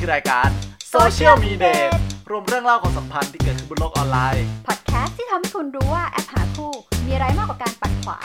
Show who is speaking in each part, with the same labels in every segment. Speaker 1: คือรายการ Social m e d a t รวมเรื่องเล่าของสัมพันธ์ที่เกิดขึ้นบนโลกออนไลน์
Speaker 2: พอดแคสต์ที่ทำให้คุณรู้ว่าแอปหาคู่ มีอะไรมากกว่าการปัดขวา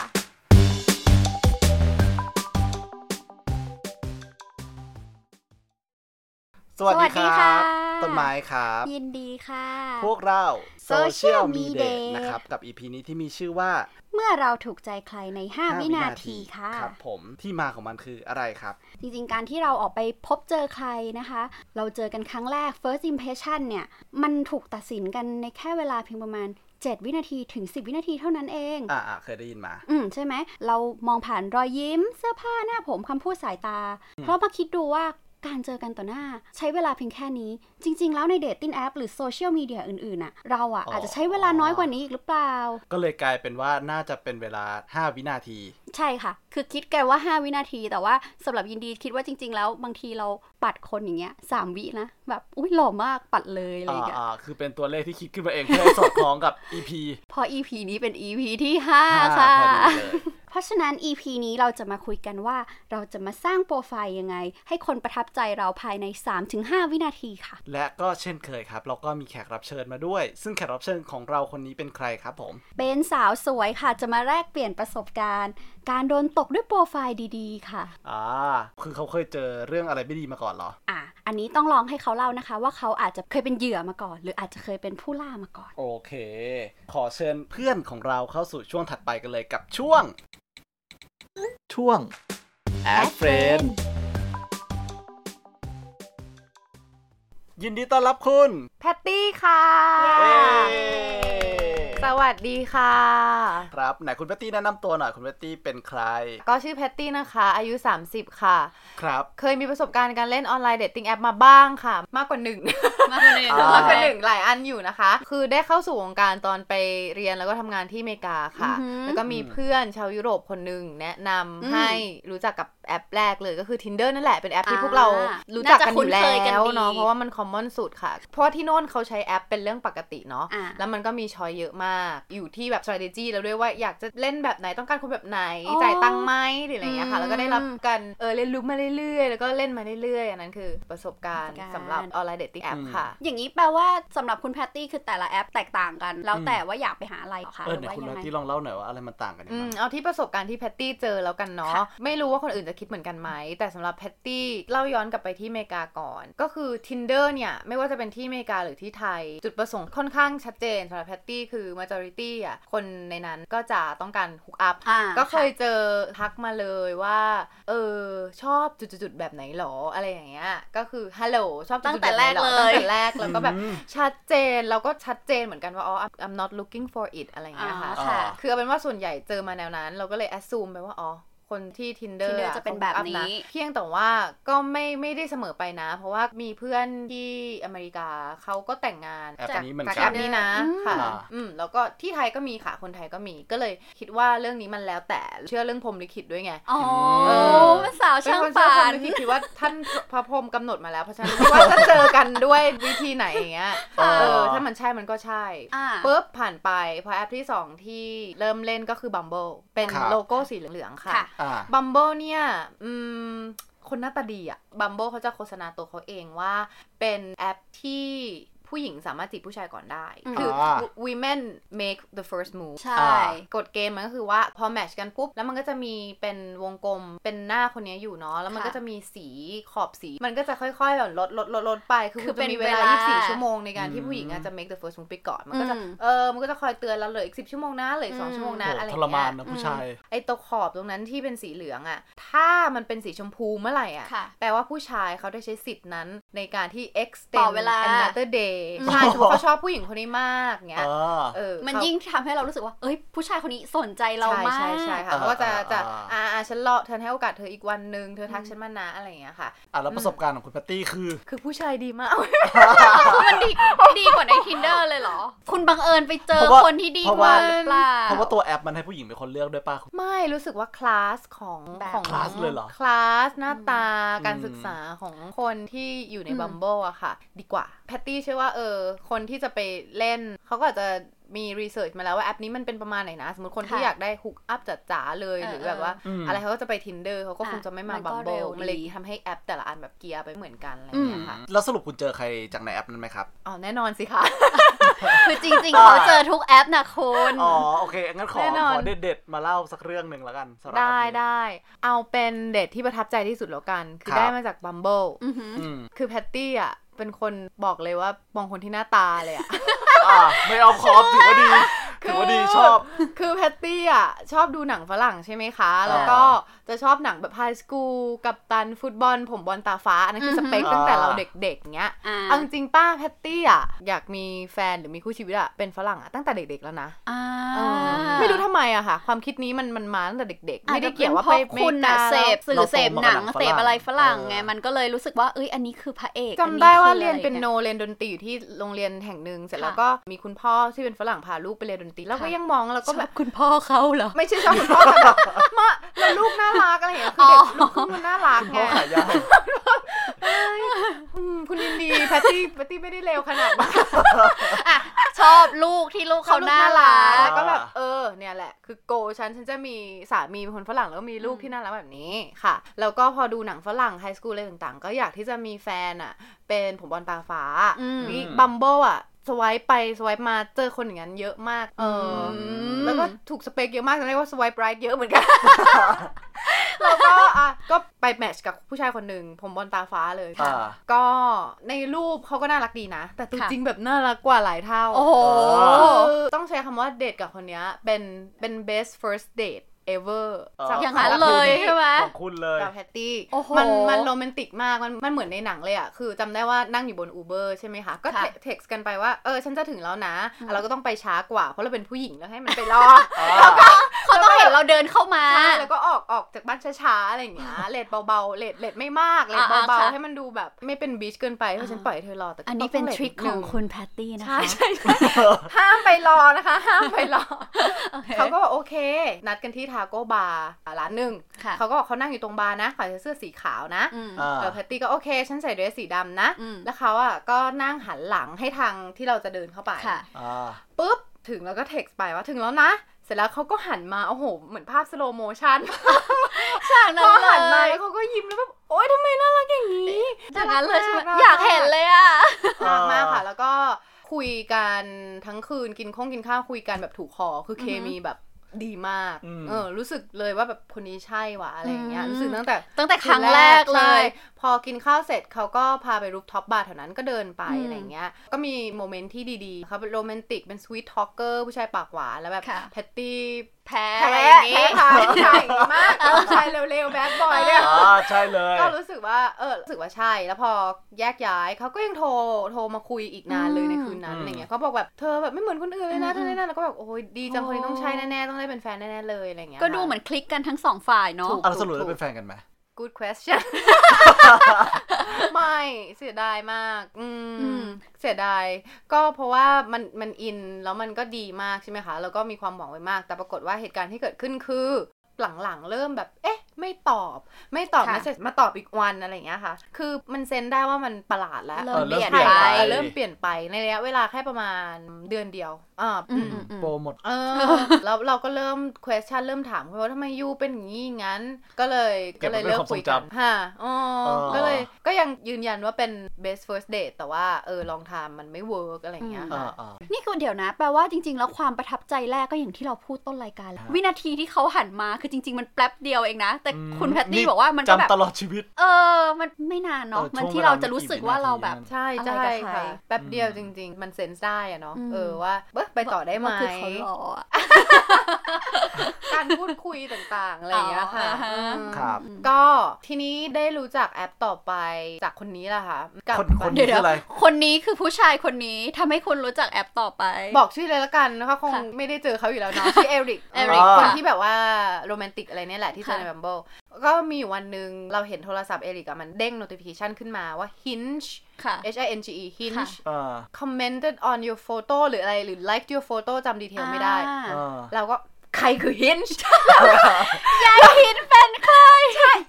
Speaker 1: สวัสดี
Speaker 2: สวัส
Speaker 1: ค
Speaker 2: ดี
Speaker 1: รั
Speaker 2: ค่ะ
Speaker 1: บ ต้นไม้ครับ
Speaker 2: ยินดีค่ะ
Speaker 1: พวกเรา
Speaker 2: Social
Speaker 1: m e d a
Speaker 2: Media
Speaker 1: t นะครับ กับ EP นี้ที่มีชื่อว่า
Speaker 2: เมื่อเราถูกใจใครใน 5
Speaker 1: 5
Speaker 2: วินาทีค่ะ
Speaker 1: ครับผมที่มาของมันคืออะไรครับ
Speaker 2: จริงๆ การที่เราออกไปพบเจอใครนะคะ เราเจอกันครั้งแรก first impression เนี่ย มันถูกตัดสินกันในแค่เวลาเพียงประมาณ 7 วินาทีถึง 10 วินาทีเท่านั้นเอง
Speaker 1: อ่าอ่าเคยได้ยินมา
Speaker 2: อืมใช่ไหม เรามองผ่านรอยยิ้ม เสื้อผ้าหน้าผมคำพูดสายตา เพราะมาคิดดูว่าการเจอกันต่อหน้า ใช้เวลาเพียงแค่นี้ จริง ๆ แล้วในเดทติ้งแอปหรือโซเชียลมีเดียอื่นๆน่ะ เราอ่ะ
Speaker 1: อ๋ออ
Speaker 2: อาจจะใช้เวลาน้อยกว่านี้อีกหรือเปล่า
Speaker 1: ก็เลยกลายเป็นว่าน่าจะเป็นเวลา 5 วินาที
Speaker 2: ใช่ค่ะ คือคิดกันว่า 5 วินาที แต่ว่าสำหรับยินดีคิดว่าจริง ๆ แล้วบางทีเราปัดคนอย่างเงี้ยสามวินะ แบบอุ้ยหล่อมากปัดเลยอะไรอ
Speaker 1: อ่า
Speaker 2: ย่างเงี้ย
Speaker 1: อ่าคือเป็นตัวเลขที่คิดขึ้นมาเองเพื่อให้สอดคล้องกับ EP
Speaker 2: พอ EP นี้เป็น EP ที่ห้า
Speaker 1: ห้า
Speaker 2: ค่ะ
Speaker 1: พอดีเลย
Speaker 2: เพราะฉะนั้น EP นี้เราจะมาคุยกันว่าเราจะมาสร้างโปรไฟล์ยังไง ให้คนประทับใจเราภายใน 3-5 วินาทีค่ะ
Speaker 1: และก็เช่นเคยครับ เราก็มีแขกรับเชิญมาด้วย ซึ่งแขกรับเชิญของเราคนนี้เป็นใครครับผม
Speaker 2: เป็นสาวสวยค่ะ จะมาแลกเปลี่ยนประสบการณ์ การโดนตกด้วยโปรไฟล์ดีๆ ค่ะ
Speaker 1: อ่า คือเขาเคยเจอเรื่องอะไรไม่ดีมาก่อนเหรอ
Speaker 2: อ่ะ อันนี้ต้องลองให้เขาเล่านะคะ ว่าเขาอาจจะเคยเป็นเหยื่อมาก่อน หรืออาจจะเคยเป็นผู้ล่ามาก่อน
Speaker 1: โอเค ขอเชิญเพื่อนของเราเข้าสู่ช่วงถัดไปกันเลยกับช่วง ช่วง
Speaker 2: Add Friend
Speaker 1: ยินดีต้อนรับคุณ
Speaker 3: แพตตี้ค่ะ
Speaker 1: เย้
Speaker 3: สวัสดีค่ะ
Speaker 1: ครับ ไหนคุณเบตตี้แนะนำตัวหน่อย คุณเบตตี้เป็นใคร
Speaker 3: ก็ชื่อแพตตี้นะคะ อายุ 30 ค่ะ
Speaker 1: ครับ
Speaker 3: เคยมีประสบการณ์การเล่นออนไลน์เดทติ้งแอปมาบ้างค่ะ มากกว่าหนึ่ง มากกว่าหนึ่ง
Speaker 1: อ่าม
Speaker 3: มากกว่าหนึ่งหลายอันอยู่นะคะ คือได้เข้าสู่วงการตอนไปเรียนแล้วก็ทำงานที่อเมริกาค่ะ
Speaker 2: อือหือ
Speaker 3: แล้วก็มีเพื่อนชาวยุโรปคนหนึ่งแนะนำ
Speaker 2: อืม
Speaker 3: ให้รู้จักกับแอปแรกเลยก็คือ Tinder นั่นแหละเป็นแอปที่พวกเรารู้จักกันอยู่แล้วเนาะเพราะว่ามันคอมมอนสุดค่ะ เพราะว่าที่โน่นเขาใช้แอปเป็นเรื่องปกติเนาะ
Speaker 2: อ่ะ
Speaker 3: แล้วมันก็มีช้อยเยอะมาก อยู่ที่แบบ strategy แล้วด้วยว่าอยากจะเล่นแบบไหนต้องการคนแบบไหน
Speaker 2: อ๋อ
Speaker 3: จ่ายตังค์ไหมหรืออะไรอย่างเงี้ยค่ะ
Speaker 2: อืม
Speaker 3: แล้วก็ได้รับการเออเรียนรู้มาเรื่อยๆ แล้วก็เล่นมาเรื่อยๆ อันนั้นคือประสบการณ์
Speaker 2: ประสบการณ์
Speaker 3: สำหรับออนไลน์เดทติ้งแอปค่ะ
Speaker 2: อย่างนี้แปลว่าสำหรับคุณแพตตี้คือแต่ละแอปแตกต่างกัน แล้วแต่ว่าอยากไปหาอะไรหรอคะ
Speaker 1: เออ
Speaker 2: หรือ
Speaker 1: ไหน
Speaker 2: ว่า
Speaker 1: คุณ
Speaker 2: ยั
Speaker 1: เบต
Speaker 2: งไง
Speaker 1: ตี้ลองเล่าหน่อยว่าอะไรมันต่างกันยัง
Speaker 3: อื
Speaker 1: ไง
Speaker 3: มเอาที่ประสบการณ์ที่แพตตี้เจอแล้วกันเนาะ
Speaker 2: ค่ะ
Speaker 3: ไม่รู้ว่าคนอื่นจะคิดเหมือนกันไหม แต่สำหรับแพตตี้เล่าย้อนกลับไปที่อเมริกาก่อน ก็คือ Tinder เนี่ย ไม่ว่าจะเป็นที่อเมริกาหรือที่ไทย จุดประสงค์ค่อนข้างชัดเจนสำหรับแพตตี้คือ majority อ่ะคนในนั้นก็จะต้องการ hook up
Speaker 2: อ่า
Speaker 3: ก็เคยเจอทักมาเลยว่า เออ ชอบจุดๆๆแบบไหนหรออะไรอย่างเงี้ยก็คือฮัลโหลชอบจุด
Speaker 2: ตั้ง
Speaker 3: ๆบบไหนหอตั้ง
Speaker 2: แต่แรกเลย
Speaker 3: แต่แรกแล้วก็แบบ
Speaker 1: อืม
Speaker 3: ชัดเจนเราก็ชัดเจนเหมือนกันว่าอ๋อ I'm- I'm not looking for it อะไรอย่าง
Speaker 2: อ่า
Speaker 3: เงี้ยค่ะ
Speaker 2: ค่ะ
Speaker 1: อ่า
Speaker 3: คือเอาเป็นว่าส่วนใหญ่เจอมาแนวนั้น เราก็เลยแอ s ซูมไปว่า อ๋อ คนที่ Tinder,
Speaker 2: Tinder จะเป็นแบบนี้
Speaker 3: ขา hook up ะเพียงแต่ว่าก็ไม่ไม่ได้เสมอไปนะ เพราะว่ามีเพื่อนที่อเมริกาเขาก็แต่งงาน
Speaker 1: แอปนี้เหมือน
Speaker 3: จาก
Speaker 1: กั
Speaker 3: แอน ปนี้นะ
Speaker 2: อืม
Speaker 3: ค่ะ
Speaker 1: อ่า
Speaker 3: อืม แล้วก็ที่ไทยก็มีค่ะ คนไทยก็มี ก็เลยคิดว่าเรื่องนี้มันแล้วแต่เชื่อเรื่องพรหมลิขิตด้วยไง
Speaker 2: อ๋อ
Speaker 3: เออ
Speaker 2: เป็นสาว
Speaker 3: เป็น
Speaker 2: ช่าง
Speaker 3: คน
Speaker 2: ฝั
Speaker 3: เชื่อพรห
Speaker 2: น
Speaker 3: มลิขิตคิดว่าท่านพระพรหมกำหนดมาแล้ว เพราะฉะนั้น ไม่ว่าจะเจอกันด้วยวิธีไหนอย่างเงี้ย
Speaker 1: เออ
Speaker 3: เออ ถ้ามันใช่มันก็ใช่
Speaker 2: อ่า
Speaker 3: ปุ๊บผ่านไปพอแอปที่ 2 ที่เริ่มเล่นก็คือ Bumble เป็น
Speaker 1: ครับ
Speaker 3: โลโก้สีเหลืองๆค่ะ
Speaker 2: ค่ะ
Speaker 1: อ่า
Speaker 3: Bumble เนี่ยอืมคนหน้าตาดีอะ Bumble เขาจะโฆษณาตัวเขาเองว่า เป็นแอปที่ผู้หญิงสามารถจีบผู้ชายก่อนได้
Speaker 2: อืม
Speaker 3: คือ
Speaker 1: อ่า
Speaker 3: women make the first move
Speaker 2: ใช่
Speaker 1: อ่า
Speaker 3: กฎเกณฑ์มันก็คือว่าพอแมทชกันปุ๊บ แล้วมันก็จะมีเป็นวงกลมเป็นหน้าคนเนี้ยอยู่เนาะแล้วมัน
Speaker 2: ค่ะ
Speaker 3: ก็จะมีสีขอบสี มันก็จะค่อยๆแบบลดลดลดลดไป คือ
Speaker 2: คื
Speaker 3: คุ
Speaker 2: อ
Speaker 3: ณ
Speaker 2: เป็
Speaker 3: จะ
Speaker 2: น
Speaker 3: มีเวลา
Speaker 2: เวลา
Speaker 3: 24 ชั่วโมงในการ
Speaker 1: อื
Speaker 3: ที่
Speaker 1: ม
Speaker 3: ผู้หญิงอะจะ make the first move ไปก่อน มันก็จะ
Speaker 2: อืม
Speaker 3: เออมันก็จะคอยเตือนเราเหลืออีก 10 ชั่วโมงนะเหลืออีก
Speaker 2: อืม
Speaker 3: 2 ชั่วโมง
Speaker 1: โอ้
Speaker 3: นะ
Speaker 1: โห
Speaker 3: อะไรอ
Speaker 1: ท
Speaker 3: ย่าง
Speaker 1: รมา
Speaker 3: เงี้
Speaker 1: น
Speaker 3: ย
Speaker 1: นะผู้ชาย
Speaker 3: ไอตัวขอบตรงนั้นที่เป็นสีเหลืองอะถ้ามันเป็นสีชมพูเมื่อไหร่อะ
Speaker 2: ค่ะ
Speaker 3: แปลว่าผู้ชายเขาได้ใช้สิทธิ์นั้นในการที่
Speaker 2: ต่อ
Speaker 3: extend
Speaker 2: เวลา
Speaker 3: another day ใช่สมมติเขาชอบผู้หญิงคนนี้มากเงี้
Speaker 1: เอย อ
Speaker 3: เออ
Speaker 2: มัน
Speaker 3: เขา
Speaker 2: ยิ่งทำให้เรารู้สึกว่า เอ้ย ผู้ชายคนนี้สนใจเรา
Speaker 3: ใช่
Speaker 2: มาก
Speaker 3: ใช่ใช่ค่ะ
Speaker 1: อ่า
Speaker 3: เขาก็จะ
Speaker 1: อ่า
Speaker 3: จะ
Speaker 1: อ่า
Speaker 3: อ่าอ่าฉันรอเธอให้โอกาสเธออีกวันหนึ่งเธอทักฉันมานะอะไรอย่างเงี้ยค่ะ
Speaker 1: อ่ะแล้วประสบการณ์ของคุณแพตตี้คือ
Speaker 3: คือผู้ชายดีมาก
Speaker 2: มันดี ดีกว่าใน tinder เลยเหรอ คุณบังเอิญไปเจอ
Speaker 1: เพราะว่า
Speaker 2: คนที่ดีกว่าหรือเปล่า
Speaker 1: เพราะว่าตัวแอปมันให้ผู้หญิงเป็นคนเลือกด้วยป่ะ
Speaker 3: ไม่รู้สึกว่าคลาสของ
Speaker 2: แบบ
Speaker 3: ของ
Speaker 1: คลาสเลยเหรอ
Speaker 3: คลาสหน้าตา
Speaker 1: อืม
Speaker 3: การศึกษาของคนที่อยู่ใน
Speaker 2: อืม
Speaker 3: บัม b บ e อะค่ะ ดีกว่า แพตตี้เชื่อว่าเออคนที่จะไปเล่น เขาก็อาจจะ มีรีเสิร์ชมาแล้วว่าแอปนี้มันเป็นประมาณไหนนะ สมมติคนที่
Speaker 2: ค่ะ
Speaker 3: อยากได้ฮุกอัพจ๋าๆเลย
Speaker 2: เออ
Speaker 3: หรือแบบว่า
Speaker 1: อืม
Speaker 3: อะไรเขาก็จะไป tinder เขาก็
Speaker 2: อ่ะ
Speaker 3: คงจะไม่มา
Speaker 2: มัน
Speaker 3: บั
Speaker 2: ก็
Speaker 3: มโบ
Speaker 2: เร็ว
Speaker 3: มันเลย
Speaker 2: ดี
Speaker 3: ทำให้แอปแต่ละอันแบบเกียร์ไปเหมือนกันอะไรอ
Speaker 2: อื
Speaker 3: ย่าง
Speaker 2: ม
Speaker 3: เงี้ยค่ะ
Speaker 1: แล้วสรุปคุณเจอใครจากในแอปนั้นไหมครับ
Speaker 3: อ๋อแน่นอนสิคะ
Speaker 2: คือจริงๆเขาเจอทุกแอปนะคุณ
Speaker 1: อ๋อ โอเค งั้นขอ
Speaker 3: แน่นอน
Speaker 1: ขอเด็ดๆ มาเล่าสักเรื่องหนึ่งแล้วกันสำหรับ
Speaker 3: ได้
Speaker 1: แอปนี้
Speaker 3: ได้เอาเป็นเดทที่ประทับใจที่สุดแล้วกัน คือ
Speaker 1: ครับ
Speaker 3: ได้มาจาก Bumble
Speaker 2: อือหือ
Speaker 1: อืม
Speaker 3: คือแพตตี้อ่ะเป็นคนบอกเลยว่ามองคนที่หน้าตาเลยอ่ะ
Speaker 1: อ่าไม่เอาคอมถือว่าดีถือว่าดีชอบ
Speaker 3: คือแพตตี้อ่ะชอบดูหนังฝรั่งใช่ไหมคะ แล้วก็จะชอบหนังแบบไฮสคูลกับตันฟุตบอล ผมบอลตาฟ้า อันนั้นคือสเปค
Speaker 1: อือฮึ
Speaker 3: ตั้งแต่เราเด็กๆเงี้ย
Speaker 2: อ่า
Speaker 3: เอาจริงๆป้าแพตตี้อ่ะอยากมีแฟนหรือมีคู่ชีวิตอ่ะเป็นฝรั่งอ่ะตั้งแต่เด็กๆแล้วนะ
Speaker 2: อ่า
Speaker 3: เออไม่รู้ทำไมอะค่ะ ความคิดนี้มันมันมาตั้งแต่เด็ก ๆ ไม่ได้เกี่ยวว่าไป
Speaker 2: อจจะเป็นเพระคุณน่ะ
Speaker 3: อมริกา
Speaker 2: เสพ
Speaker 3: แล้ว
Speaker 2: สื่อ
Speaker 1: เราโตมากับ
Speaker 2: เสพหนัง
Speaker 1: หนังฝรั่ง
Speaker 2: เสพอะไรฝรั่งไง
Speaker 1: เออ
Speaker 2: มันก็เลยรู้สึกว่าเอ้ยอันนี้คือพระเอกอันนี้
Speaker 3: จำได้ว่า
Speaker 2: คือ
Speaker 3: เรียน
Speaker 2: อะไร
Speaker 3: เป็นโน
Speaker 2: งี้ย
Speaker 3: เรียนดนตรีอยู่ที่โรงเรียนแห่งหนึ่งเสร็จ
Speaker 2: ค่ะ
Speaker 3: แล้วก็มีคุณพ่อที่เป็นฝรั่งพาลูกไปเรียนดนตรีแล้วก็
Speaker 2: ค่ะ
Speaker 3: ยังมองแล้ว
Speaker 2: ช
Speaker 3: ก็
Speaker 2: อบ
Speaker 3: แบบ
Speaker 2: คุณพ่อเขาเหรอ
Speaker 3: ไม่ใช่ชอบคุณพ่อแต่แบบ มาแล้วลูกน่ารักอะไรอย่างเงี้ยคือเด็กลูกครึ่งมันน่ารักไง
Speaker 1: เขาขายยาว
Speaker 3: อืมคุณยินดีแพตตี้แพตตี้ไม่ได้เลวขนาดนั้น
Speaker 2: อ่ะชอบลูกที่ลูกเขาน่ารัก
Speaker 3: ก็แบบเออเนี่ยแหละ คือโกฉันฉันจะมีสามีเป็นคนฝรั่งแล้วก็มีลูกที่น่ารักแบบนี้ค่ะ แล้วก็พอดูหนังฝรั่งไฮสคูลอะไรต่างๆ ก็อยากที่จะมีแฟนอ่ะ เป็นผมบอลตาฟ้า
Speaker 2: อืม
Speaker 3: วิบัมโบอ่ะสวายไปสวายมาเจอคนอย่างนั้นเยอะมากเอออ
Speaker 2: อืม
Speaker 3: แล้วก็ถูกสเปคเยอะมากจำได้ว่าสวายไบรท์เยอะเหมือนกัน แล้วก็อ่ะก็ไปแมทช์กับผู้ชายคนหนึ่งผมบอลตาฟ้าเลย
Speaker 1: อ่า
Speaker 3: ก็ในรูปเขาก็น่ารักดีนะ แต่ตัว
Speaker 2: ค่ะ
Speaker 3: จริงแบบน่ารักกว่าหลายเท่า
Speaker 2: โอ้โห
Speaker 1: เอ
Speaker 3: คือต้องใช้คำว่าเดทกับคนเนี้ยเป็นเป็น best first date ever
Speaker 1: เออ
Speaker 3: สำหรับ
Speaker 2: อย่างนั้นเลยใช่ไหม
Speaker 1: ของคุณเลย
Speaker 3: กับแพตตี้
Speaker 2: โอ้โห
Speaker 3: มันมันโรแมนติกมาก มันมันเหมือนในหนังเลยอะคือจำได้ว่านั่งอยู่บนอูเบอร์ใช่ไหมคะ ก็
Speaker 2: ค่ะ
Speaker 3: เท็กซ์กันไปว่า เออ ฉันจะถึงแล้วนะ
Speaker 2: อืม
Speaker 3: เราก็ต้องไปช้ากว่า เพราะเราเป็นผู้หญิงแล้วให้มันไปร อ
Speaker 2: เขาต้องเห็นเราเดินเข้ามา
Speaker 3: ใช่แล้วก็ออกออกจากบ้านช้าๆ อะไรอย่างเงี้ย เลทเบาๆ เลทเลทไม่มาก เลท
Speaker 2: อ่าๆ
Speaker 3: เบา
Speaker 2: ค่ะ
Speaker 3: ๆ ให้มันดูแบบไม่เป็นบีชเกินไปเพราะ
Speaker 2: อ่า
Speaker 3: ฉันปล่อยให้เธอรอ แต่ก็
Speaker 2: อันนี้
Speaker 3: ต้
Speaker 2: เป็น
Speaker 3: ลท
Speaker 2: ทริคของคุณแพตตี้นะ
Speaker 3: ใช่
Speaker 2: คะ
Speaker 3: ใช่ใช่ห้ามไปรอนะคะ ห้ามไปรอ
Speaker 2: โอค
Speaker 3: เขาก็บอกโอเค นัดกันที่ทาโก้บาร์ร้านหนึ่ง
Speaker 2: ค่ะ
Speaker 3: เขาก็บอกเขานั่งอยู่ตรงบาร์นะขายเสื้อสีขาวนะ
Speaker 2: อืม
Speaker 1: อ่า
Speaker 3: เออแพตตี้ก็โอเค ฉันใส่เดรสสีดำนะ
Speaker 2: อืม
Speaker 3: แล้วเขาอ่ะก็นั่งหันหลังให้ทางที่เราจะเดินเข้าไป
Speaker 2: ค่ะ
Speaker 1: อ่า
Speaker 3: ปุ๊บ ถึงแล้วก็เท็กซ์ไปว่าถึงแล้วนะ เสร็จแล้วเขาก็หันมา โอ้โห เหมือนภาพสโลโมชัน
Speaker 2: ฉากนั้
Speaker 3: พ
Speaker 2: น
Speaker 3: อ
Speaker 2: เล
Speaker 3: หันมาย แล้วเขาก็ยิ้มแล้วแบบโอ๊ยทำไมน่ารักอย่างนี้
Speaker 2: จากนั้นเลยใช่ไหม
Speaker 3: รัม
Speaker 2: อยากเห็นเลยอ่ะ
Speaker 3: น่ารักมากค่ะ แล้วก็คุยกันทั้งคืนกินข้องกินข้าวคุยกันแบบถูกคอคือเคมีแบบดีมาก
Speaker 1: อืม
Speaker 3: เออ รู้สึกเลยว่าแบบคนนี้ใช่ว่ะอะไรอย่างเงี้ย
Speaker 2: อืม
Speaker 3: รู้สึกตั้งแต่
Speaker 2: ตั้งแต่ครั้งแรกเลย
Speaker 3: ใช่พอกินข้าวเสร็จเขาก็พาไปรูปท็อปบาร์แถวนั้นก็เดินไป
Speaker 2: อืม
Speaker 3: อะไรเงี้ย ก็มีโมเมนต์ที่ดีๆเขาเป็นโรแมนติกเป็นสวีททอ a เกอร์ผู้ชายปากหวานแล้วแบบ
Speaker 2: ค่ะ
Speaker 3: แพตตี้
Speaker 2: แพ้
Speaker 3: แพ้
Speaker 2: อะไรอย่างงี้
Speaker 3: แพ้ทายทายมากผู้ชายเร็วๆแบดบอยเนี่ย
Speaker 1: อ่า ใช่เลย
Speaker 3: ก็รู้สึกว่า เออ รู้สึกว่าใช่ แล้วพอแยกย้าย เขาก็ยังโทร โทรมาคุยอีกนานเลย
Speaker 2: อืม
Speaker 3: ในคืนนั้นอะไรเงี้ยเขาบอกแบบ เธอแบบไม่เหมือนคนอื่นเลยนะ
Speaker 2: อื
Speaker 3: เธอ
Speaker 2: ม
Speaker 3: แน่นแล้วก็แบบ โอ้ยดีจัง
Speaker 2: โอ้
Speaker 3: คนนี้ต้องใช่แน่ๆ ต้องได้เป็นแฟนแน่ๆเลยอะไรเงี้ย
Speaker 2: ก็ดูเหมือนคลิกกันทั้งสองฝ่ายเนาะ
Speaker 1: อ่ะแล้วสรุปแล้วเป็นแฟนกันไหม
Speaker 3: ค่ะ good question ไม่เสียดายมาก อื
Speaker 2: อื
Speaker 3: ม
Speaker 2: ม
Speaker 3: เสียดาย ก็เพราะว่ามัน มันอิน แล้วมันก็ดีมากใช่ไหมคะ แล้วก็มีความหวังไว้มาก แต่ปรากฏว่าเหตุการณ์ที่เกิดขึ้นคือ หลังๆ เริ่มแบบ เอ๊ะ ไม่ตอบ ไม่ตอบ
Speaker 2: ค่ะ
Speaker 3: ไม่เสร็จมาตอบอีกวันอะไรอย่างเงี้ยค่ะ คือมันเซนได้ว่ามันประหลาดแล้ว
Speaker 2: เริ่ม
Speaker 1: เออเริ่มเปลี่ยน
Speaker 2: เปลี่ยนไป
Speaker 3: เออเริ่มเปลี่ยนไปในระยะเวลาแค่ประมาณเดือนเดียว อ่า
Speaker 2: อืมอืมอืม
Speaker 1: โปรหมด
Speaker 3: เออ แล้วเราก็เริ่ม question เริ่มถามเขาว่าทำไมยูเป็นอย่างนี้อย่างนั้น ก็เลย
Speaker 1: เก็
Speaker 3: ก็
Speaker 1: บไว้
Speaker 3: เลยเลิกคุย
Speaker 1: เป็นค
Speaker 3: กั
Speaker 1: วาน มทรงจำ
Speaker 3: ฮะอ๋อ
Speaker 1: เออ
Speaker 3: ก็เลยก็ยังยืนยันว่าเป็น best first date แต่ว่าเออลองทำมันไม่ work อะไรอย่างเงี้ย
Speaker 1: อ่า
Speaker 3: ค่ะ
Speaker 1: อ่า
Speaker 2: นี่คือเดี๋ยวนะแปลว่าจริง ๆ แล้วความประทับใจแรกก็อย่างที่เราพูดต้นรายการแหละ
Speaker 1: ครับ
Speaker 2: วินาทีที่เขาหันมาคือจริง ๆ มันแป๊บเดียวเองนะ แต่
Speaker 1: อืม
Speaker 2: คุณแพต
Speaker 1: นี่
Speaker 2: ตี้บอกว่ามันก็แบบ
Speaker 1: จำตลอดชีวิต
Speaker 2: เออ มันไม่นานเนาะ
Speaker 1: เออช่วง
Speaker 2: มันที่เรา
Speaker 1: เวลา
Speaker 2: จะรู้สึกว่าเราแบบ
Speaker 3: ใช่
Speaker 2: อะไร
Speaker 3: ใช่
Speaker 2: กับใคร
Speaker 3: ค่ะแป๊บเดียว
Speaker 1: อืม
Speaker 3: จริง ๆ มันเซนส์ได้อะเนาะ
Speaker 2: อืม
Speaker 3: เออว่าเอ๊ะไปต่อได้ไหม
Speaker 2: ว่าคือเขาหล่ออะ
Speaker 3: การพูดคุยต่างๆ อะไรอย่างเงี้ยค่ะ
Speaker 2: อ๋ออ่าฮะ
Speaker 3: อืม
Speaker 1: ครับ
Speaker 3: ก็ทีนี้ได้รู้จักแอปต่อไปจากคนนี้แหละค่ะกับ
Speaker 1: คนคน
Speaker 2: เดี๋ยว
Speaker 1: คืออะไร
Speaker 2: ๆคนนี้คือผู้ชายคนนี้ทำให้คุณรู้จักแอปต่อไป
Speaker 3: บอกชื่อเลยละกันนะคะคง
Speaker 2: ค่ะ
Speaker 3: ไม่ได้เจอเขาอยู่แล้วเนาะ ชื่อเอ ริก
Speaker 2: เอริก
Speaker 3: คน
Speaker 2: ค่ะ
Speaker 3: ที่แบบว่าโรแมนติกอะไรเนี่ยแหละที่เจอ
Speaker 2: ค่ะ
Speaker 3: ในบัมเบิลก็มีอยู่วันหนึ่งเราเห็นโทรศัพท์เอริกอะมันเด้ง notification ขึ้นมาว่า hinge
Speaker 2: ค่ะ
Speaker 3: h i n g e hinge
Speaker 2: ค่ะ
Speaker 1: อ่า
Speaker 3: commented on your photo หรืออะไรหรือ liked your photo จำดีเทลไม่ได้
Speaker 2: อ่า
Speaker 1: อ่า
Speaker 3: เราก็ ใครคือฮิน ช์
Speaker 2: ยายหินเป็นใคร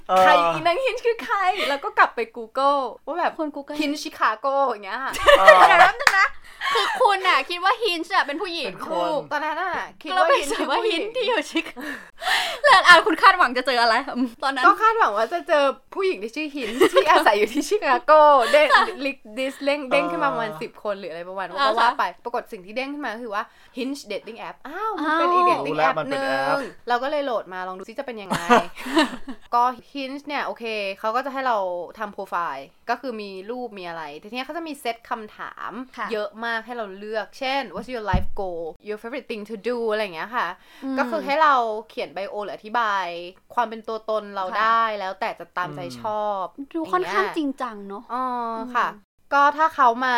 Speaker 1: เออ
Speaker 3: ใครอีนางฮินช์คือใคร แล้วก็กลับไป Google ว่าแบบ
Speaker 2: คุณกูเกิล
Speaker 3: ฮินช์ชิคาโกอย่างเงี้ย
Speaker 1: เออ
Speaker 2: เดี๋ยวแป๊บนึงนะ คือคุณน่ะคิดว่าหินจะเป็นผู้หญิง
Speaker 1: เป็นคน
Speaker 3: ถูกตอนนั้นอ่ะ คิด
Speaker 2: แล้ว
Speaker 3: ว่า
Speaker 2: ไป
Speaker 3: ฮินช์
Speaker 2: เจ
Speaker 3: คือ อ
Speaker 2: ว่า
Speaker 3: ผู้ห
Speaker 2: หิ
Speaker 3: ญิ
Speaker 2: น
Speaker 3: ง
Speaker 2: ที่อยู่ชิคแล้วอ่านคุณคาดหวังจะเจออะไรอืมตอนนั้น
Speaker 3: ก็คาดหวังว่าจะเจอผู้หญิงที่ชื่อฮินช์ที่อาศัยอยู่ที่ชิคาโกเด้ง ลิกดิสเด้งเด้งขึ้นมาประมาณสิบคนหรืออะไรประมาณนั้น
Speaker 2: อ่า
Speaker 3: ก็ว่า
Speaker 2: ฮะ
Speaker 3: ไปปรากฏสิ่งที่เด้งขึ้นมาก็คือว่า Hinge Dating App อ้าวมัน
Speaker 2: อ้าว
Speaker 3: เป็นอีก dating
Speaker 1: รู้แล้ว
Speaker 3: app
Speaker 1: มัน
Speaker 3: ห
Speaker 1: เป็น
Speaker 3: นึ่
Speaker 1: แอป
Speaker 3: งเราก็เลยโหลดมาลองดูซิจะเป็น ยังไง ก็ Hinge เนี่ย โอเค เขาก็จะให้เราทำโปรไฟล์ ก็คือมีรูปมีอะไร ทีเนี้ยเขาจะมีเซตคำถาม
Speaker 2: ค่ะ
Speaker 3: เยอะมากให้เราเลือก เช่น what's your life goal your favorite thing to do อะไรอย่างเงี้ยค่ะ ก็คือให้เราเขียนไบโอหรืออธิบาย ความเป็นตัวตนเรา
Speaker 2: ค่ะ
Speaker 3: ได้แล้วแต่จะตามใจ
Speaker 1: อืม
Speaker 3: ชอบ
Speaker 2: ดูค่อนข้าง
Speaker 3: ย่เย
Speaker 2: จริงจังเนาะ
Speaker 3: อ๋ออ
Speaker 2: ม
Speaker 3: ค่ะ ก็ถ้าเขามา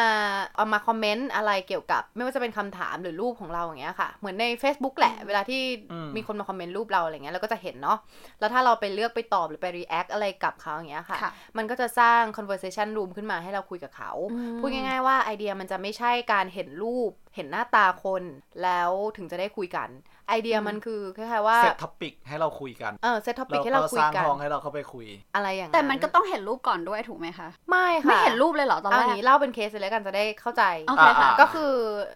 Speaker 3: เอามาคอมเมนต์อะไรเกี่ยวกับ ไม่ว่าจะเป็นคำถามหรือรูปของเราอย่างเงี้ยค่ะ เหมือนใน Facebook แหละ เวลาที่
Speaker 1: อืม
Speaker 3: มีคนมาคอมเมนต์รูปเราอะไรเงี้ยเราก็จะเห็นเนาะแล้วถ้าเราไปเลือกไปตอบหรือไปรีแอคอะไรกับเขาอย่างเงี้ยค่ะ
Speaker 2: ค่ะ
Speaker 3: มันก็จะสร้าง conversation room ขึ้นมาให้เราคุยกับเขา
Speaker 2: อืม
Speaker 3: พูดง่ายๆว่าไอเดียมันจะไม่ใช่การเห็นรูป เห็นหน้าตาคนแล้วถึงจะได้คุยกัน ไอเดียมันคือคล้ายๆว่า
Speaker 1: เซตท็อปิกให้เราคุยกัน
Speaker 3: เออเซตท็อปิ
Speaker 1: เรา
Speaker 3: กให้
Speaker 1: ก็
Speaker 3: เราคุ
Speaker 1: ส
Speaker 3: ย
Speaker 1: ร้าง
Speaker 3: กัน
Speaker 1: ห้องให้เราเข้าไปคุย
Speaker 3: อะไรอย่าง
Speaker 2: แต่มันก็ต้องเห็นรูปก่อนด้วยถูกไหมคะ
Speaker 3: ไม่ค่ะ
Speaker 2: ไม่เห็นรูปเลยเหรอตอน
Speaker 3: เอา
Speaker 2: แรก
Speaker 3: อย่างนี้เล่าเป็นเคสเลยแล้วกันจะได้เข้าใจ
Speaker 2: โอเคค่ะ
Speaker 1: อ่า
Speaker 3: ก็คือ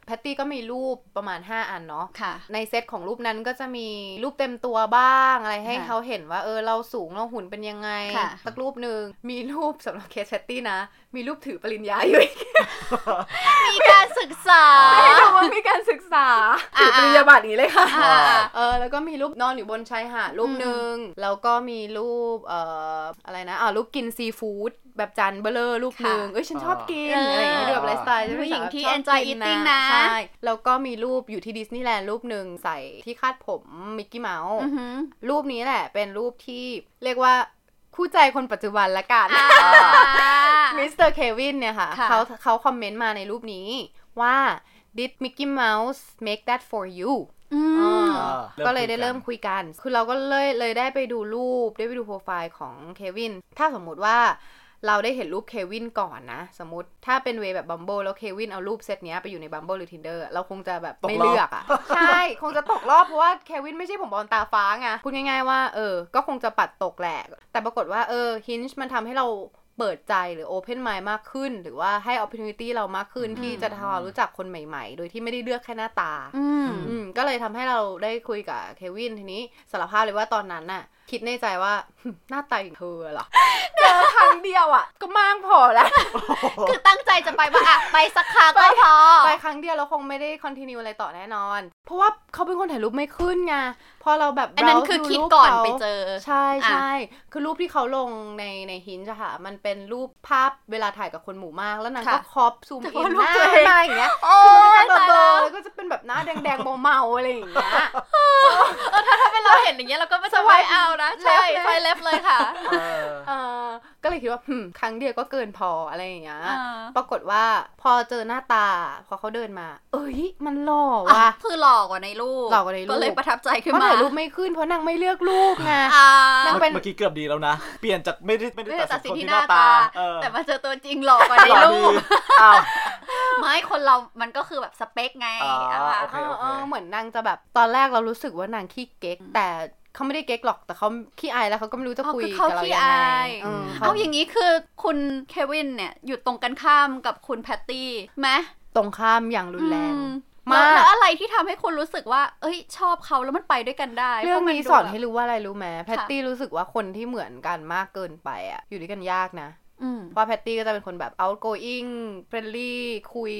Speaker 3: แพตตี้ก็มีรูปประมาณ 5 อันเนาะ
Speaker 2: ค่ะ
Speaker 3: ในเซตของรูปนั้นก็จะมีรูปเต็มตัวบ้างอะไรให้
Speaker 2: ค่ะ
Speaker 3: เขาเห็นว่าเออเราสูงเราหุ่นเป็นยังไง
Speaker 2: ค่ะ
Speaker 3: สักรูปหนึ่งมีรูปสำหรับเคสแพตตี้นะ มีรูปถือปริญญาอยู่อีก
Speaker 2: มีการศึกษา
Speaker 3: ให้ดูว่า มีการศึกษา
Speaker 2: อ่า
Speaker 3: ถือปริญญาบัตรอย่างนี้เลยค่ะ
Speaker 2: อ่า
Speaker 3: เออแล้วก็มีรูปนอนอยู่บนชายหาดรูปหนึ่งแล้วก็มีรูปเอ่ออะไรนะอ่ารูปกินซีฟู้ดแบบจานเบลอรูปหนึ่ง
Speaker 2: ค่ะ
Speaker 3: เอ้ยฉันชอบกิน
Speaker 2: เอออ
Speaker 3: อะไรอย่างเงี้ยดูแบบไลฟ์สไตล์
Speaker 2: ผู้หญิงที่
Speaker 3: ชบกิ
Speaker 2: enjoy eating นะ
Speaker 3: ใช่แล้วก็มีรูปอยู่ที่ดิสนีย์แลนด์รูปหนึ่งใส่ที่คาดผมมิกกี้เมาส์
Speaker 2: อือหือ
Speaker 3: รูปนี้แหละเป็นรูปที่เรียกว่าคู่ใจคนปัจจุบันละกัน
Speaker 2: อ่า
Speaker 3: มิสเตอร์เควินเนี่ยค่ะ
Speaker 2: ค่ะ
Speaker 3: เขาเขาคอมเมนต์มาในรูปนี้ว่า did Mickey Mouse make that for you
Speaker 2: อืม
Speaker 1: อ่า
Speaker 3: ก็เลยได้
Speaker 1: เริ่
Speaker 3: เริ่
Speaker 1: ม
Speaker 3: ม
Speaker 1: คุ
Speaker 3: คุ
Speaker 1: ย
Speaker 3: ย
Speaker 1: กั
Speaker 3: กัน น คือเราก็เลยเลยได้ไปดูรูป ได้ไปดูโปรไฟล์ของเควิน ถ้าสมมุติว่าเราได้เห็นรูปเควินก่อนนะ สมมติถ้าเป็นเวย์แบบบัมโบแล้วเควินเอารูปเซตเนี้ยไปอยู่ในบัมโบหรือทินเดอร์เราคงจะแบบ
Speaker 1: ตกรอบ
Speaker 3: ไม่เลือก อ่ะ ใช่ คงจะตกรอบ เพราะว่าเควินไม่ใช่ผมบอลตาฟ้าไง พูดง่ายๆว่าเออ ก็คงจะปัดตกแหละ แต่ปรากฏว่าเออฮินช์มันทำให้เราเปิดใจหรือ Open Mind มากขึ้น หรือว่าให้ opportunity เรามากขึ้นที่จะทำความรู้จักคนใหม่ ๆ โดยที่ไม่ได้เลือกแค่หน้าตา
Speaker 2: อืม
Speaker 3: อืมก็เลยทำให้เราได้คุยกับเควินทีนี้สารภาพเลยว่าตอนนั้นน่ะ คิดในใจว่า หน้าตาอย่างเธอเหรอ เจอครั้งเดียวอ่ะ ก็มากพอแล้ว
Speaker 2: คือตั้งใจจะไปว่าอ่ะไปสักครั้งก็พอ
Speaker 3: ไปครั้งเดียวเราคงไม่ได้คอนติเนียอะไรต่อแน่นอน เพราะว่าเขาเป็นคนถ่ายรูปไม่ขึ้นไงพอเราแบบ
Speaker 2: อันนั้น
Speaker 3: browse
Speaker 2: คือคิด
Speaker 3: รู
Speaker 2: ก่อน
Speaker 3: ขา
Speaker 2: ไปเจอ
Speaker 3: ใช่
Speaker 2: อ่ะ
Speaker 3: ใช่คือรูปที่เขาลงในในหินจะค่ะ มันเป็นรูปภาพเวลาถ่ายกับคนหมู่มากแล้วนางก็ครอปซูมอินหน้ามาอย่างเงี้ย
Speaker 2: โอ้
Speaker 3: คือมันก็จะเบล
Speaker 2: แล้
Speaker 3: อ
Speaker 2: ว
Speaker 3: ๆแล้วก็จะเป็นแบบหน้าแดงๆเมาๆอะไรอย่างเงี้ย
Speaker 2: เออถ้าถ้าเป็นเราเห็นอย่างเงี้ยเราก็ไม่จะไว้เอานะ ใช่
Speaker 3: เล็บเลย
Speaker 2: ไว้เล็บเลยค่ะ
Speaker 1: เออ
Speaker 3: เออก็เลยคิดว่าหึ่มครั้งเดียวก็เกินพออะไรอย่างเงี้ย
Speaker 2: อ่า
Speaker 3: ปรากฏว่าพอเจอหน้าตา พอเขาเดินมา เอ้ย มันหล่อว่ะ
Speaker 2: คือหลอกกว่าในรูป
Speaker 3: หลอกกว่าในรูป
Speaker 2: ก็เลยประทับใจขึ้น
Speaker 3: เพราะ
Speaker 2: มา
Speaker 3: ถ่ายรูปไม่ขึ้นเพราะนางไม่เลือกรูปไง
Speaker 2: อ่า
Speaker 3: นั่ง เป็น
Speaker 1: เมื่อกี้เกือบดีแล้วนะ เปลี่ยนจากไม่ได้ไม่ได้
Speaker 2: ไม่ได้
Speaker 1: ตั
Speaker 2: ตั
Speaker 1: ด
Speaker 2: ด
Speaker 1: สิ
Speaker 2: สิ
Speaker 1: น
Speaker 2: น
Speaker 1: ที่
Speaker 2: ที่
Speaker 1: ห
Speaker 2: ห
Speaker 1: น้า
Speaker 2: น้า
Speaker 1: ตา
Speaker 2: ตา
Speaker 1: เออ
Speaker 2: แต่มาเจอตัวจริงหลอกกว่าใน
Speaker 1: หล่อ
Speaker 2: รู
Speaker 1: ดี
Speaker 2: ป
Speaker 1: อ้าว
Speaker 2: ไม่คนเรามันก็คือแบบสเปคไง
Speaker 1: อ่า
Speaker 2: เอาอะ
Speaker 1: โอเค
Speaker 3: เออเออ
Speaker 1: โอเค
Speaker 3: เหมือนนางจะแบบตอนแรกเรารู้สึกว่านางขี้เก๊ก แต่เขาไม่ได้เก๊กหรอกแต่เขาขี้อายแล้วเขาก็ไม่รู้จะ
Speaker 2: อ๋อ
Speaker 3: คุย
Speaker 2: คือ
Speaker 3: กับ
Speaker 2: เขา
Speaker 3: เรา
Speaker 2: ขี้
Speaker 3: ยังไง
Speaker 2: อาย
Speaker 3: เออเขา
Speaker 2: เอาอย่างนี้คือคุณเควินเนี่ยอยู่ตรงกันข้ามกับคุณแพตตี้ไหม
Speaker 3: ตรงข้ามอย่างรุนแรง
Speaker 2: อืม
Speaker 3: มาก
Speaker 2: แล้วแล้วอะไรที่ทำให้คุณรู้สึกว่า เอ้ย ชอบเขาแล้วมันไปด้วยกันได้
Speaker 3: เรื่องนี้
Speaker 2: พาะมั
Speaker 3: สอน
Speaker 2: ดูแบบ
Speaker 3: ให้รู้ว่าอะไรรู้ไหมแพตตี้รู้สึกว่าคนที่เหมือนกันมากเกินไปอ่ะอยู่ด้วยกันยากนะ
Speaker 2: อืม
Speaker 3: เพราะแพตตี้ก็จะเป็นคนแบบ outgoing friendly คุย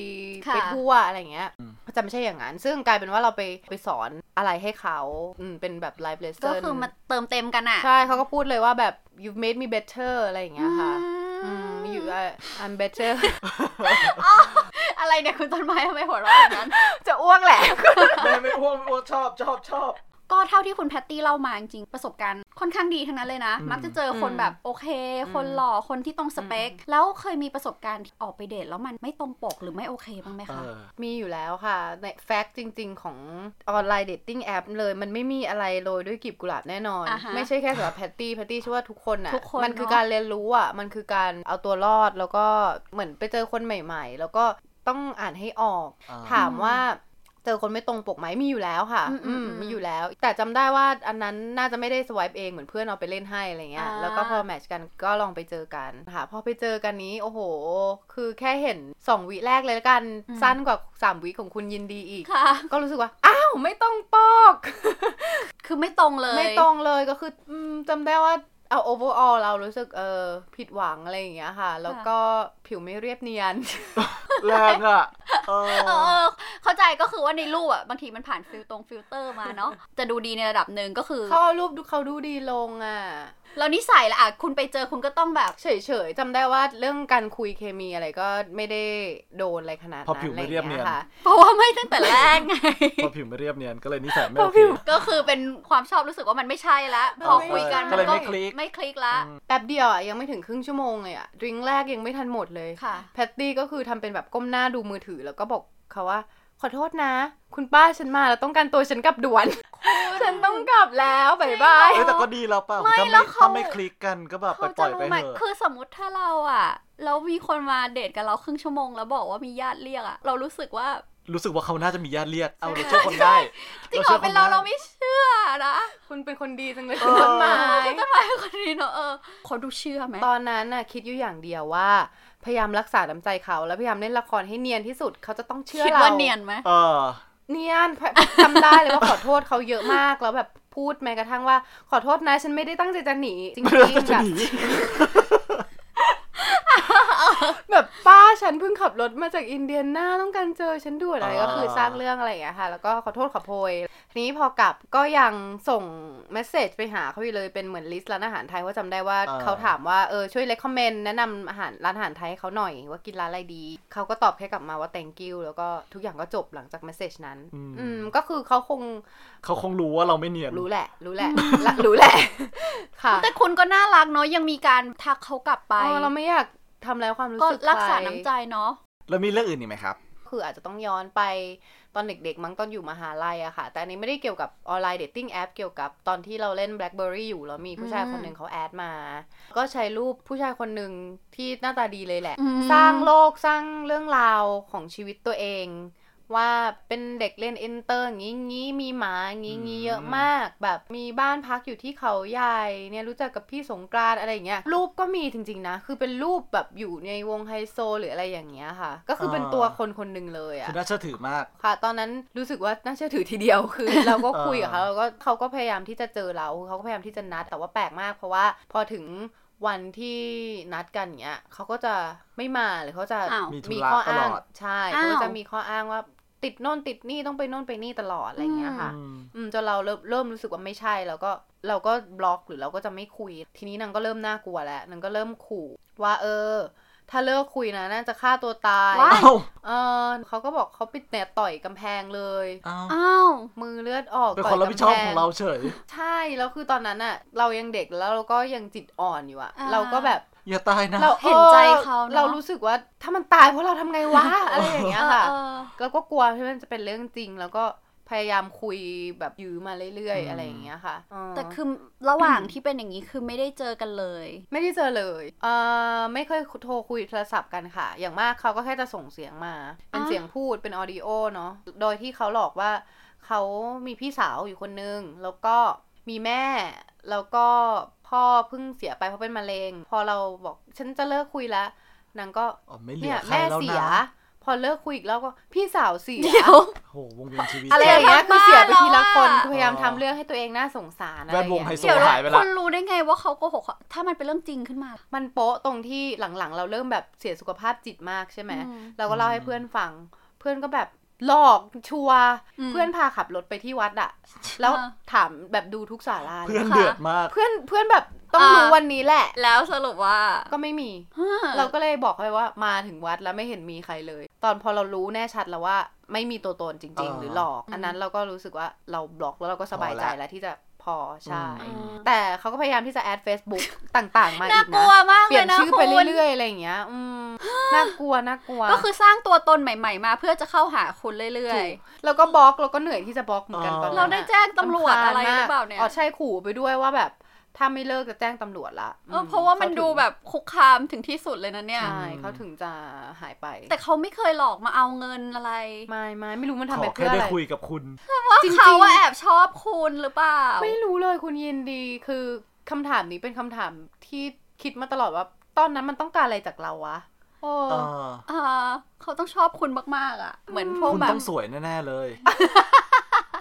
Speaker 2: ค่ะ
Speaker 3: ไปทั่วอะไรเงี้ย
Speaker 1: อืม
Speaker 3: จะไม่ใช่อย่างนั้น ซึ่งกลายเป็นว่าเราไปไปสอนอะไรให้เขาอืมเป็นแบบ life
Speaker 2: ก็
Speaker 3: lesson
Speaker 2: คือมาเติมเต็มกันอ่ะ
Speaker 3: ใช่เขาก็พูดเลยว่าแบบ you've made me better อะไรอย่างเงี้ยค่ะ
Speaker 2: อื
Speaker 3: อื
Speaker 2: ม
Speaker 3: ม you are- I'm better
Speaker 2: อะไรเนี่ยคุณต้นไม้ทำไมหัวเราะอย่างนั้น
Speaker 3: จะอ้วกแหละ
Speaker 1: ไม่ไม่อ้วนไม่อ้วนชอบชอบชอบ
Speaker 2: ก็เท่าที่คุณแพตตี้เล่ามาจริงๆประสบการณ์ค่อนข้างดีทั้งนั้นเลยนะ
Speaker 1: อืม
Speaker 2: มักจะเจอคน
Speaker 3: อืม
Speaker 2: แบบโอเค คน
Speaker 3: อืม
Speaker 2: หล่อคนที่ตรงสเปค แล้วเคยมีประสบการณ์ที่ออกไปเดทแล้วมันไม่ตรงปกหรือไม่โอเคบ้างไหม
Speaker 1: เอ
Speaker 2: คะ
Speaker 1: อ
Speaker 3: มีอยู่แล้วค่ะ ในแฟกต์จริง ๆ ของออนไลน์เดทติ้งแอปเลยมันไม่มีอะไรโรยด้วยกลีบกุหลาบแน่นอน
Speaker 2: อ่าฮะ
Speaker 3: ไม่ใช่แค่สำหรับแพตตี้แพตตี้เชื่อว่าทุกคนอ่ะ
Speaker 2: ทุกคน
Speaker 3: มันคือ
Speaker 2: เนอะ
Speaker 3: การเรียนรู้อ่ะ มันคือการเอาตัวรอดแล้วก็เหมือนไปเจอคนใหม่ ๆ แล้วก็ต้องอ่านให้ออก
Speaker 1: อ่า
Speaker 3: ถามว่า เจอคนไม่ตรงปกไหมมีอยู่แล้วค่ะ
Speaker 2: อืมอืม
Speaker 3: ม
Speaker 2: อืม
Speaker 3: มีอยู่แล้ว แต่จำได้ว่าอันนั้นน่าจะไม่ได้สวายเองเหมือนเพื่อนเอาไปเล่นให้อะไรเงี้ย
Speaker 2: อ่า
Speaker 3: แล้วก็พอแมทช์กันก็ลองไปเจอกันค่ะพอไปเจอกันนี้โอ้โห คือแค่เห็นสองวิแรกเลยละกันสั้นกว่าสามวิของคุณยินดีอีก
Speaker 2: ค่ะ
Speaker 3: ก็รู้สึกว่า อ้าวไม่ต้องปอก
Speaker 2: คือไม่ตรงเลย
Speaker 3: ไม่ตรงเลยก็คืออืมจำได้ว่าเอา overall เรารู้สึกเออผิดหวังอะไรอย่างเงี้ยค่ะ แล้วก็ผิวไม่เรียบเนียน
Speaker 1: แรงอ่ะเออ
Speaker 2: เออเออเข้าใจก็คือว่าในรูปอ่ะ บางทีมันผ่านฟิลตรงฟิลเตอร์มา เนาะ จะดูดีในระดับหนึ่งก็คือ
Speaker 3: เขาเอารูปดูเขาดูดีลงอ่ะ
Speaker 2: แล้วนิสัยละอ่ะ คุณไปเจอคุณก็ต้องแบบ
Speaker 3: เฉยๆจำได้ว่าเรื่องการคุยเคมีอะไรก็ไม่ได้โดนอะไรขนาดนั้น
Speaker 1: พอผิวไม่เรียบเนียน
Speaker 3: อะไอางงี้ค่ะ
Speaker 2: เพราะว่าไม่ตั้งแต่แรก ไง
Speaker 1: พอผิวไม่เรียบเนียนก็เลยนิสัยไม่
Speaker 3: พอ
Speaker 1: โอเค
Speaker 3: ผิว
Speaker 2: ก็คือเป็นความชอบรู้สึกว่ามันไม่ใช่ละพอคุยกัน
Speaker 1: ก็เลยไม่คลิก
Speaker 2: ไม่คลิกละ
Speaker 3: แป๊บเดียวอ่ะยังไม่ถึงครึ่งชั่วโมงเลยอ่ะดริงก์แรกยังไม่ทันหมดเลย
Speaker 2: ค่ะ
Speaker 3: แพตตี้ก็คือทำเป็นแบบก้มหน้าดูมือถือแล้วก็บอกเขาว่า ขอโทษนะ คุณป้าฉันมาแล้วต้องการตัวฉันกลับด่วน ฉันต้องกลับแล้วบ๊ายบาย
Speaker 1: เอ้ยแต่ก็ดีแล้วเปล่า
Speaker 2: ไม่
Speaker 1: ถ้า
Speaker 2: แล้
Speaker 1: ไม่
Speaker 2: วเขา
Speaker 1: ถ้าไม่คลิกกันก็แบบไป
Speaker 2: เขา
Speaker 1: ป
Speaker 2: จะ
Speaker 1: ล่อยไป
Speaker 2: รู้ไหม
Speaker 1: เถอะ
Speaker 2: คือสมมติถ้าเราอ่ะ แล้วมีคนมาเดทกับเราครึ่งชั่วโมงแล้วบอกว่ามีญาติเรียกอ่ะ เรารู้สึกว่า
Speaker 1: รู้สึกว่าเขาน่าจะมีญาติเรียก เอา
Speaker 2: ใช่
Speaker 1: เราเชื่อคนได้
Speaker 2: จริงเหรอเป็นเรา
Speaker 1: ชื่ค
Speaker 2: เรา
Speaker 1: ได้
Speaker 2: ไม่เชื่อนะ
Speaker 3: คุณเป็นคนดีจังเลย
Speaker 1: เอ
Speaker 3: คุณ
Speaker 1: อ
Speaker 3: ต้นไม้
Speaker 2: คุณ ต้นไม้เป็นคนนี้เนอะเออเขาดูเชื่อไหม
Speaker 3: ตอนนั้นน่ะคิดอยู่อย่างเดียวว่า พยายามรักษาน้ำใจเขาแล้วพยายามเล่นละครให้เนียนที่สุดเขาจะต้องเชื่อ
Speaker 2: คิด
Speaker 3: เรา
Speaker 2: ว่าเนียนไหม
Speaker 1: เออ
Speaker 3: เนีย นพะจำได้เลยว่าขอโทษเขาเยอะมากแล้วแบบพูดแม้กระทั่งว่า ขอโทษนะฉันไม่ได้ตั้งใจจะหนีจริง
Speaker 1: ไม่ได้ตั้ง
Speaker 3: ๆ
Speaker 1: ใจ
Speaker 3: แบบ
Speaker 1: หนี
Speaker 3: แบบป้าฉันเพิ่งขับรถมาจากอินเดียนาต้องการเจอฉันด่วนอะไร
Speaker 1: อ่า
Speaker 3: ก็คือสร้างเรื่องอะไรอย่างเงี้ยค่ะ แล้วก็ขอโทษขอโพยทีนี้พอกลับก็ยังส่งเมสเซจไปหาเขาอยู่เลยเป็นเหมือนลิสต์ร้านอาหารไทยเพราะจำได้ว่าเขาถามว่าเออช่วยเลคคอมเมนต์แนะนำอาหารร้านอาหารไทยให้เขาหน่อยว่ากินร้านอะไรดีเขาก็ตอบแค่กลับมาว่า thank you แล้วก็ทุกอย่างก็จบหลังจากเมสเซจนั้น อืมก็คือเขาคง
Speaker 1: เขาคงรู้ว่าเราไม่เนียน
Speaker 3: รู้แหละ รู้แหละละรู้แหละ ค่ะ
Speaker 2: แต่คุณก็น่ารักเนาะยังมีการทักเขากลับไป
Speaker 3: เออเราไม่อยากทำลายความรู้
Speaker 2: ก็
Speaker 3: สึก
Speaker 2: รักษา
Speaker 3: ใค
Speaker 2: น้ำใจเนาะ
Speaker 1: แล้วมีเรื่องอื่นอีกไหมครับ
Speaker 3: คืออาจจะต้องย้อนไปตอนเด็กๆ มั้งตอนอยู่มหาลัยอะค่ะ แต่อันนี้ไม่ได้เกี่ยวกับออนไลน์เดทติ้งแอปเกี่ยวกับตอนที่เราเล่น BlackBerry อยู่แล้วมีผู้ชาย
Speaker 2: อืม
Speaker 3: คนหนึ่งเขาแอดมา ก็ใช้รูปผู้ชายคนหนึ่งที่หน้าตาดีเลยแหละ
Speaker 2: อืม
Speaker 3: สร้างโลกสร้างเรื่องราวของชีวิตตัวเอง ว่าเป็นเด็กเล่นเอนเตอร์อย่างงี้งี้มีหมาอย่างงี้งี้เยอะ
Speaker 1: อืม
Speaker 3: มาก แบบมีบ้านพักอยู่ที่เขาใหญ่เนี่ยรู้จักกับพี่สงกรานต์อะไรอย่างเงี้ยรูปก็มีจริง ๆ นะ คือเป็นรูปแบบอยู่ในวงไฮโซหรืออะไรอย่างเงี้ยค่ะ ก็คือเป็นตัวคนคนหนึ่งเลยอะ
Speaker 1: คือน่าเชื่อถือมาก
Speaker 3: ค่ะ ตอนนั้นรู้สึกว่าน่าเชื่อถือทีเดียว คือ เราก็คุยกับเขา
Speaker 1: เออ
Speaker 3: แล้วก็เขาก็พยายามที่จะเจอเราเขาก็พยายามที่จะนัด แต่ว่าแปลกมาก เพราะว่าพอถึงวันที่นัดกันเนี้ยเขาก็จะไม่มาหรือเขาจะ
Speaker 2: อ้าว
Speaker 1: มีธุ
Speaker 3: มี
Speaker 1: ระ
Speaker 3: ข้อ
Speaker 1: ตล
Speaker 3: อ้าง
Speaker 1: อด
Speaker 3: ใช่
Speaker 2: อ้าว
Speaker 3: เขาก็จะมีข้ออ้างว่าติดโน่นติดนี่ต้องไปโน่นไปนี่ตลอดอะไรอย่างเงี้ยค่ะ
Speaker 1: อืม
Speaker 3: อืมจนเราเริ่มเริ่มรู้สึกว่าไม่ใช่แล้วก็เราก็บล็อกหรือเราก็จะไม่คุย ทีนี้นางก็เริ่มน่ากลัวแล้วนางก็เริ่มขู่ว่าเออ ถ้าเลิกคุยนะน่าจะฆ่าตัวตาย
Speaker 2: ว้าย
Speaker 1: เอ้า
Speaker 3: เออเขาก็บอกเขาไปเนี่ยต่อยกำแพงเลย
Speaker 1: เอ้า
Speaker 2: อ้าว
Speaker 3: มือเลือดออก
Speaker 1: เป็น
Speaker 3: ต่
Speaker 1: ค
Speaker 3: ย
Speaker 1: นรับผิดชอบ
Speaker 3: กำแพ
Speaker 1: ของเราเฉย
Speaker 3: ใช่แล้วคือตอนนั้นอะเรายังเด็กแล้วเราก็ยังจิตอ่อนอยู่อะ
Speaker 2: า
Speaker 3: เราก็แบบ
Speaker 1: อย่าตายนะ
Speaker 3: เรา
Speaker 2: เห็นใจ
Speaker 3: ออ
Speaker 2: เขาเนอะ
Speaker 3: เรารู้สึกว่าถ้ามันตายเพราะเราทำไง วะ อะไรอย่างเงี้ยค่ะ
Speaker 2: เออ
Speaker 3: เราก็กลัวที่มันจะเป็นเรื่องจริง แล้วก็พยายามคุยแบบยื้อมาเรื่อย
Speaker 1: อืม
Speaker 3: ๆอะไรอย่างเงี้ยค่ะเออ
Speaker 2: แต่คือระหว่างที่เป็นอย่างนี้คือไม่ได้เจอกันเลย
Speaker 3: ไม่ได้เจอเลยเออไม่เคยโทรคุยโทรศัพท์กันค่ะ อย่างมากเขาก็แค่จะส่งเสียงมา เป็น
Speaker 2: อ่ะ
Speaker 3: เสียงพูดเป็นออดิโอเนาะโดยที่เขาหลอกว่า เขามีพี่สาวอยู่คนนึง แล้วก็มีแม่ แล้วก็พ่อเพิ่งเสียไปเพราะเป็นมะเร็ง พอเราบอกฉันจะเลิกคุยแล้วนางก็
Speaker 1: อ๋อไม่เหลื
Speaker 3: เนี่
Speaker 1: อย ใคร
Speaker 3: แม่
Speaker 1: แล้ว
Speaker 3: เสี
Speaker 1: นะ
Speaker 3: ย พอเลิกคุยอีกแล้วก็พี่สาวเสีย
Speaker 2: เดี๋ยว
Speaker 1: โหวงเวียนชีวิต
Speaker 3: อะไรอย่างเงี้ย
Speaker 2: เสียทั้ง
Speaker 3: คือเสียไป
Speaker 2: บ้าน
Speaker 3: ทีละคน
Speaker 2: แล้วอะ
Speaker 3: คือพยายามทำเรื่องให้ตัวเองน่าสงสารอะไรอย่า
Speaker 1: แว
Speaker 3: ง
Speaker 1: ดวงไฮ
Speaker 3: เงี้ย
Speaker 1: โซ
Speaker 2: เดี๋ยว
Speaker 1: หายไปละ
Speaker 2: คุณรู้ได้ไงว่าเขาโกหกถ้ามันเป็นเรื่องจริงขึ้นมา
Speaker 3: มันโป๊ะตรงที่หลังๆ เราเริ่มแบบเสียสุขภาพจิตมากใช่ไหม
Speaker 2: อืม
Speaker 3: เราก็เล่าให้เพื่อนฟัง เพื่อนก็แบบหลอกชัวร์
Speaker 2: อืม
Speaker 3: เพื่อนพาขับรถไปที่วัด อะแล้ว
Speaker 2: อ่า
Speaker 3: ถามแบบดูทุกสาราลย
Speaker 1: เพื่อนเดือดมาก
Speaker 3: เพื่อนเพื่อนแบบต้อง
Speaker 2: อ่ารู้
Speaker 3: รู้วันนี้แหละ
Speaker 2: แล้วสรุปว่า
Speaker 3: ก็ไม่มี
Speaker 2: ฮ้อ
Speaker 3: เราก็เลยบอกเขาไปว่ามาถึงวัดแล้วไม่เห็นมีใครเลย ตอนพอเรารู้แน่ชัดแล้วว่าไม่มีตัวตนจริง
Speaker 1: อ่า
Speaker 3: ๆ หรือหลอก อันนั้นเราก็รู้สึกว่าเราบล็อกแล้วเราก็สบายใจ
Speaker 1: พอละ
Speaker 3: แล้วที่จะพอใช่
Speaker 2: อ่
Speaker 1: อืม
Speaker 2: า
Speaker 3: แต่เขาก็พยายามที่จะแอด Facebook ต่างๆ มา
Speaker 2: น่า
Speaker 3: อีก
Speaker 2: ก
Speaker 3: นะ
Speaker 2: ลัวมาก
Speaker 3: เปลี่
Speaker 2: เลยย
Speaker 3: น
Speaker 2: นะ
Speaker 3: ชื่อไป
Speaker 2: คุณ
Speaker 3: เรื่อยๆอะไรอย่างเงี้ยอืม น่ากลัวน่ากลัว
Speaker 2: ก็คือสร้างตัวตนใหม่ๆ มาเพื่อจะเข้าหาคุณเรื่อย
Speaker 3: ถูกแล้วก็บล็อกแล้วก็เหนื่อยที่จะบล็อกเหมือนกัน
Speaker 1: อ่า
Speaker 3: ตอน
Speaker 2: ๆ
Speaker 3: นั้น
Speaker 2: เราได้
Speaker 3: อะ
Speaker 2: แจ้งตำรวจอะไรหรือเปล่าเนี่ย
Speaker 3: อ๋อใช่ขู่ไปด้วยว่าแบบ ถ้าไม่เลิกจะแจ้งตำรวจละ
Speaker 2: เออเพราะว่ามัน
Speaker 3: ขถึง
Speaker 2: ดูแบบคุกคามถึงที่สุดเลยนะเนี่ย
Speaker 3: ใช่เขาถึงจะหายไป
Speaker 2: แต่เขาไม่เคยหลอกมาเอาเงินอะไร
Speaker 3: ไม่ไม่ไม่รู้มัน
Speaker 1: ข
Speaker 3: ทำไป
Speaker 1: อ
Speaker 3: เพื่
Speaker 1: แค่
Speaker 3: ออะ
Speaker 1: ได้
Speaker 3: ไร
Speaker 1: คุยกับคุณ
Speaker 2: ว่า
Speaker 3: จริงๆ
Speaker 2: เขาว่าแอบชอบคุณหรือเปล่า
Speaker 3: ไม่รู้เลยคุณยินดีคือคำถามนี้เป็นคำถามที่คิดมาตลอดว่า ตอนนั้นมันต้องการอะไรจากเราวะโอ้
Speaker 1: เออ
Speaker 2: อ่าเขาต้องชอบคุณมากๆอ่ะ เหมือนพวก
Speaker 1: คุณ
Speaker 2: แบบ
Speaker 1: ต้องสวยแน่ๆ เลย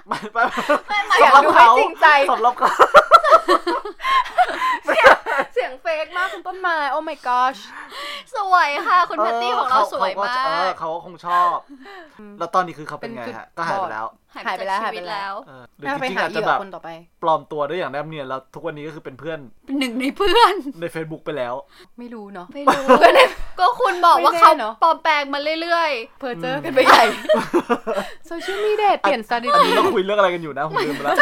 Speaker 1: ไม่ไม่
Speaker 3: ไม่อยากดูให้จริงใจ
Speaker 1: สำหรับเขา
Speaker 3: เสียงเฟกมากคุณต้นไม้ โอ้ my gosh
Speaker 2: สวยค่ะ คุณแพตตี้ของเราสวยมา
Speaker 1: เออก เขาก็คงชอบ แล้วตอนนี้คือเขาเป็นไงฮะ
Speaker 3: เป็นจุด
Speaker 1: ก็หายไปแล้ว
Speaker 2: หายไปจากชีวิตแล้ว
Speaker 1: เออหรือ
Speaker 3: น่า
Speaker 1: จ
Speaker 3: ไป
Speaker 1: ริง
Speaker 3: หา
Speaker 1: ๆอาจ
Speaker 3: เห
Speaker 1: จะ
Speaker 3: ยื่
Speaker 1: แบ
Speaker 3: อบ คนต่อไป
Speaker 1: ปลอมตัวได้อย่างแนบเนียนแล้วทุกวันนี้ก็คือเป็นเพื่อน
Speaker 2: เป็นหนึ่งในเพื่อน
Speaker 1: ใน Facebook ไปแล้ว
Speaker 3: ไม่รู้เนาะ
Speaker 2: ไม่รู้ ก็คุณบอกว่าเขา
Speaker 3: ไม่แน่เนอะ
Speaker 2: ปลอมแปลงมาเรื่อย
Speaker 3: เพอเจอกันไป ใหญ่โซเชียลมีเดียเปลี่ยนสต r a t
Speaker 1: อัน
Speaker 3: e ี
Speaker 1: นี้เราคุยเรื่องอะไรกันอยู่นะผมลืมไปแล้ว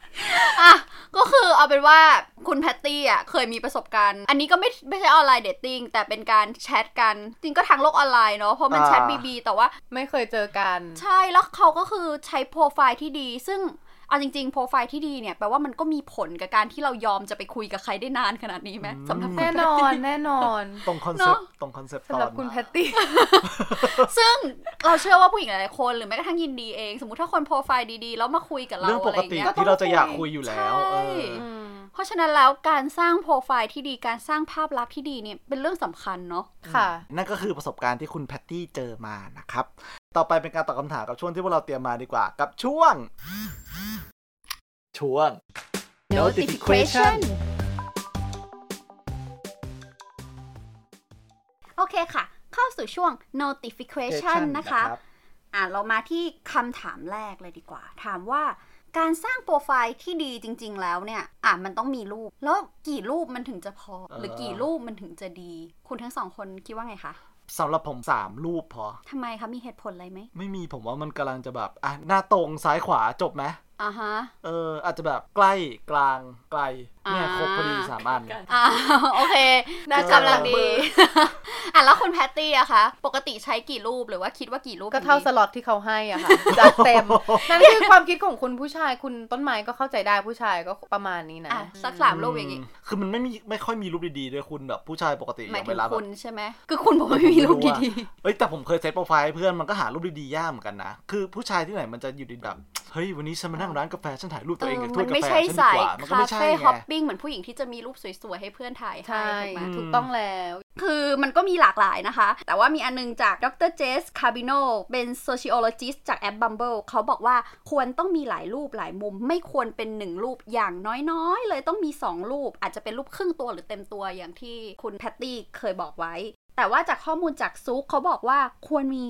Speaker 2: ๆอ่ะก็คือเอาเป็นว่าคุณแพตตี้อ่ะเคยมีประสบการณ์ อันนี้ก็ไม่ไม่ใช่ออนไลน์เดทติ้งแต่เป็นการแชทกัน จริงก็ทางโลกออนไลน์เนาะเพราะมันแชท
Speaker 1: อ่า
Speaker 2: บีบีแต่ว่า
Speaker 3: ไม่เคยเจอกัน
Speaker 2: ใช่ แล้วเขาก็คือใช้โปรไฟล์ที่ดี ซึ่งเอาจริงๆ โปรไฟล์ที่ดีเนี่ย แปลว่ามันก็มีผลกับการที่เรายอมจะไปคุยกับใครได้นานขนาดนี้ไหมสำหรับคุณ
Speaker 3: แน่นอนแน่นอน
Speaker 1: ตรงคอนเซปต์ตรงคอนเซปต์ต
Speaker 3: สำ
Speaker 1: อ
Speaker 3: หรับ
Speaker 1: น
Speaker 3: คุณแพตตี้
Speaker 2: ซึ่งเราเชื่อว่าผู้หญิงหลายๆคนหรือแม้กระทั่งยินดีเอง สมมติถ้าคนโปรไฟล์ดีๆ แล้วมาคุยกับเรา
Speaker 1: เรื่องป
Speaker 2: อะไร
Speaker 1: ก
Speaker 2: อย่าง
Speaker 1: ติ
Speaker 2: เงี้ย
Speaker 1: ที่เราจะอยากคุยอยู่แล้ว
Speaker 2: ใช่
Speaker 1: เออ
Speaker 2: เพราะฉะนั้นแล้วการสร้างโปรไฟล์ที่ดีการสร้างภาพลักษณ์ที่ดีเนี่ยเป็นเรื่องสำคัญเนาะ
Speaker 3: ค่ะ
Speaker 1: นั่นก็คือประสบการณ์ที่คุณแพตตี้เจอมานะครับ ต่อไปเป็นการตอบคำถามกับช่วงที่พวกเราเตรียมมาดีกว่า กับช่วง ช่วง
Speaker 2: notification โอเคค่ะ เข้าสู่ช่วง notification นะคะ อ่ะเรามาที่คำถามแรกเลยดีกว่า ถามว่าการสร้างโปรไฟล์ที่ดีจริง ๆ แล้วเนี่ย อ่ะมันต้องมีรูป แล้วกี่รูปมันถึงจะพอ หรือกี่รูปมันถึงจะดี คุณทั้งสองคนคิดว่าไงคะ
Speaker 1: สำหรับผมสามรูปพอ
Speaker 2: ทำไมคะมีเหตุผลอะไรไหม
Speaker 1: ไม่มีผมว่ามันกำลังจะแบบ อ่ะ หน้าตรงซ้ายขวาจบไหม
Speaker 2: อ่าฮะ
Speaker 1: เออ อาจจะแบบใกล้กลางไกลเนี่ย
Speaker 2: อ่า
Speaker 1: ครบพอดีสามอัน
Speaker 2: อ่า โอเคน่าจะกำลังดี อ่ะแล้วคุณแพตตี้อะคะ ปกติใช้กี่รูปหรือว่าคิดว่ากี่รูป
Speaker 3: ก็เท่า
Speaker 2: ดี
Speaker 3: สล็อตที่เขาให้อ่ะค่ะ จัดเต็ม นั่นคือความคิดของคุณผู้ชายคุณต้นไม้ก็เข้าใจได้ผู้ชายก็ประมาณนี้นะ
Speaker 2: อ่ะสักสามรูปอย่างงี้
Speaker 1: อืมคือมันไม่มีไม่ค่อยมีรูปดีๆด้วยคุณแบบผู้ชายปกติ
Speaker 2: หมา
Speaker 1: อ
Speaker 2: ยถึ
Speaker 1: เว
Speaker 2: ง
Speaker 1: ลาแบบ
Speaker 2: คุณใช่ไหมคือคุณบอกว่าไม่มีรูปดี
Speaker 1: เอ้ยแต่ผมเคยเซตโปรไฟล์ให้เพื่อนมันก็หารูปดีๆยากเหมือนกันนะ คือผู้ชายที่ไหนมันจะอยู่ดีแบบ เฮ้ย วันนี้ฉันมานั่งร้านกาแฟ ฉันถ่ายรูป
Speaker 2: ๆเอ
Speaker 1: ตัวเอง
Speaker 2: อ
Speaker 1: กับถ้ว
Speaker 2: มั
Speaker 1: ย
Speaker 2: น
Speaker 1: กา
Speaker 2: ไม่
Speaker 1: แฟ
Speaker 2: ใช่
Speaker 1: ฉันดี
Speaker 2: สาย
Speaker 1: กว่า มันก็
Speaker 2: คา
Speaker 1: ไม่ใช่
Speaker 2: เฟ่
Speaker 1: ไง
Speaker 2: ฮอปปิ้งเหมือนผู้หญิงที่จะมีรูปสวยๆให้เพื่อนถ่ายให้
Speaker 3: ใช่
Speaker 2: ถูกไหม
Speaker 3: ถูกต้องแล้ว
Speaker 2: คือมันก็มีหลากหลายนะคะ แต่ว่ามีอันนึงจากดรเจสคาบิโนเป็น sociologist จากแอป Bumble เขาบอกว่าควรต้องมีหลายรูปหลายมุม ไม่ควรเป็นหนึ่งรูปอย่างน้อยๆ เลยต้องมี 2 รูป อาจจะเป็นรูปครึ่งตัวหรือเต็มตัวอย่างที่คุณแพตตี้เคยบอกไว้ แต่ว่าจากข้อมูลจากซุกเขาบอกว่าควรมี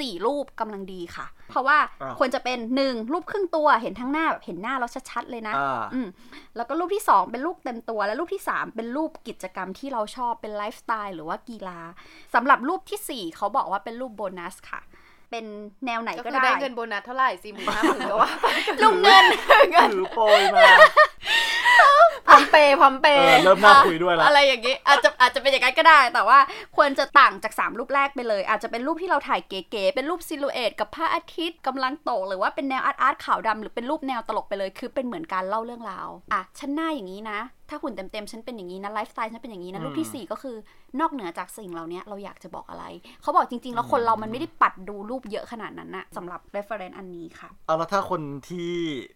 Speaker 2: 4 รูปกำลังดีค่ะ เพราะว่า
Speaker 1: อ้าว
Speaker 2: ควรจะเป็น 1 รูปครึ่งตัวเห็นทั้งหน้าแบบเห็นหน้าเราชัดๆเลยนะ
Speaker 1: อ่า
Speaker 2: อืมแล้วก็รูปที่ 2 เป็นรูปเต็มตัว และรูปที่ 3 เป็นรูปกิจกรรมที่เราชอบเป็นไลฟ์สไตล์หรือว่ากีฬาสำหรับรูปทีสี่4 เขาบอกว่าเป็นรูปโบนัสค่ะ เป็นแนวไหน
Speaker 3: ก็
Speaker 2: ก็
Speaker 3: คือ
Speaker 2: ได้
Speaker 3: ได้เงินโบนัสเท่าไหร่สี่หมื่นห้าหมื่นก็ว่าไป
Speaker 2: รูปเงิน
Speaker 1: ถือโปรยมา
Speaker 3: พร้อมเปย์พร้อมเป
Speaker 1: เอ
Speaker 3: ย์
Speaker 1: อเริ่มน่าคุยด้วยละ
Speaker 2: อะไรอย่างนี้อาจจะอาจจะเป็นอย่างนั้นก็ได้ แต่ว่าควรจะต่างจาก 3 รูปแรกไปเลย อาจจะเป็นรูปที่เราถ่ายเก๋ๆเป็นรูปซิลูเอตกับพระอาทิตย์กำลังตก หรือว่าเป็นแนวอาร์ตอาร์ตขาวดำหรือเป็นรูปแนวตลกไปเลย คือเป็นเหมือนการเล่าเรื่องราวอ่ะฉันหน้าอย่างนี้นะ ถ้าหุ่นเต็มๆฉันเป็นอย่างนี้นะไลฟ์สไตล์ฉันเป็นอย่างนี้นะรูป
Speaker 1: อื
Speaker 2: ที่
Speaker 1: ม
Speaker 2: สี่ก็คือนอกเหนือจากสิ่งเหล่านี้เราอยากจะบอกอะไร เขาบอกจริง ๆ แล้วคนเรามันไม่ได้ปัดดูรูปเยอะขนาดนั้นนะสำหรับ reference อันนี้ค่ะ
Speaker 1: เอาแล้วถ้าคนที่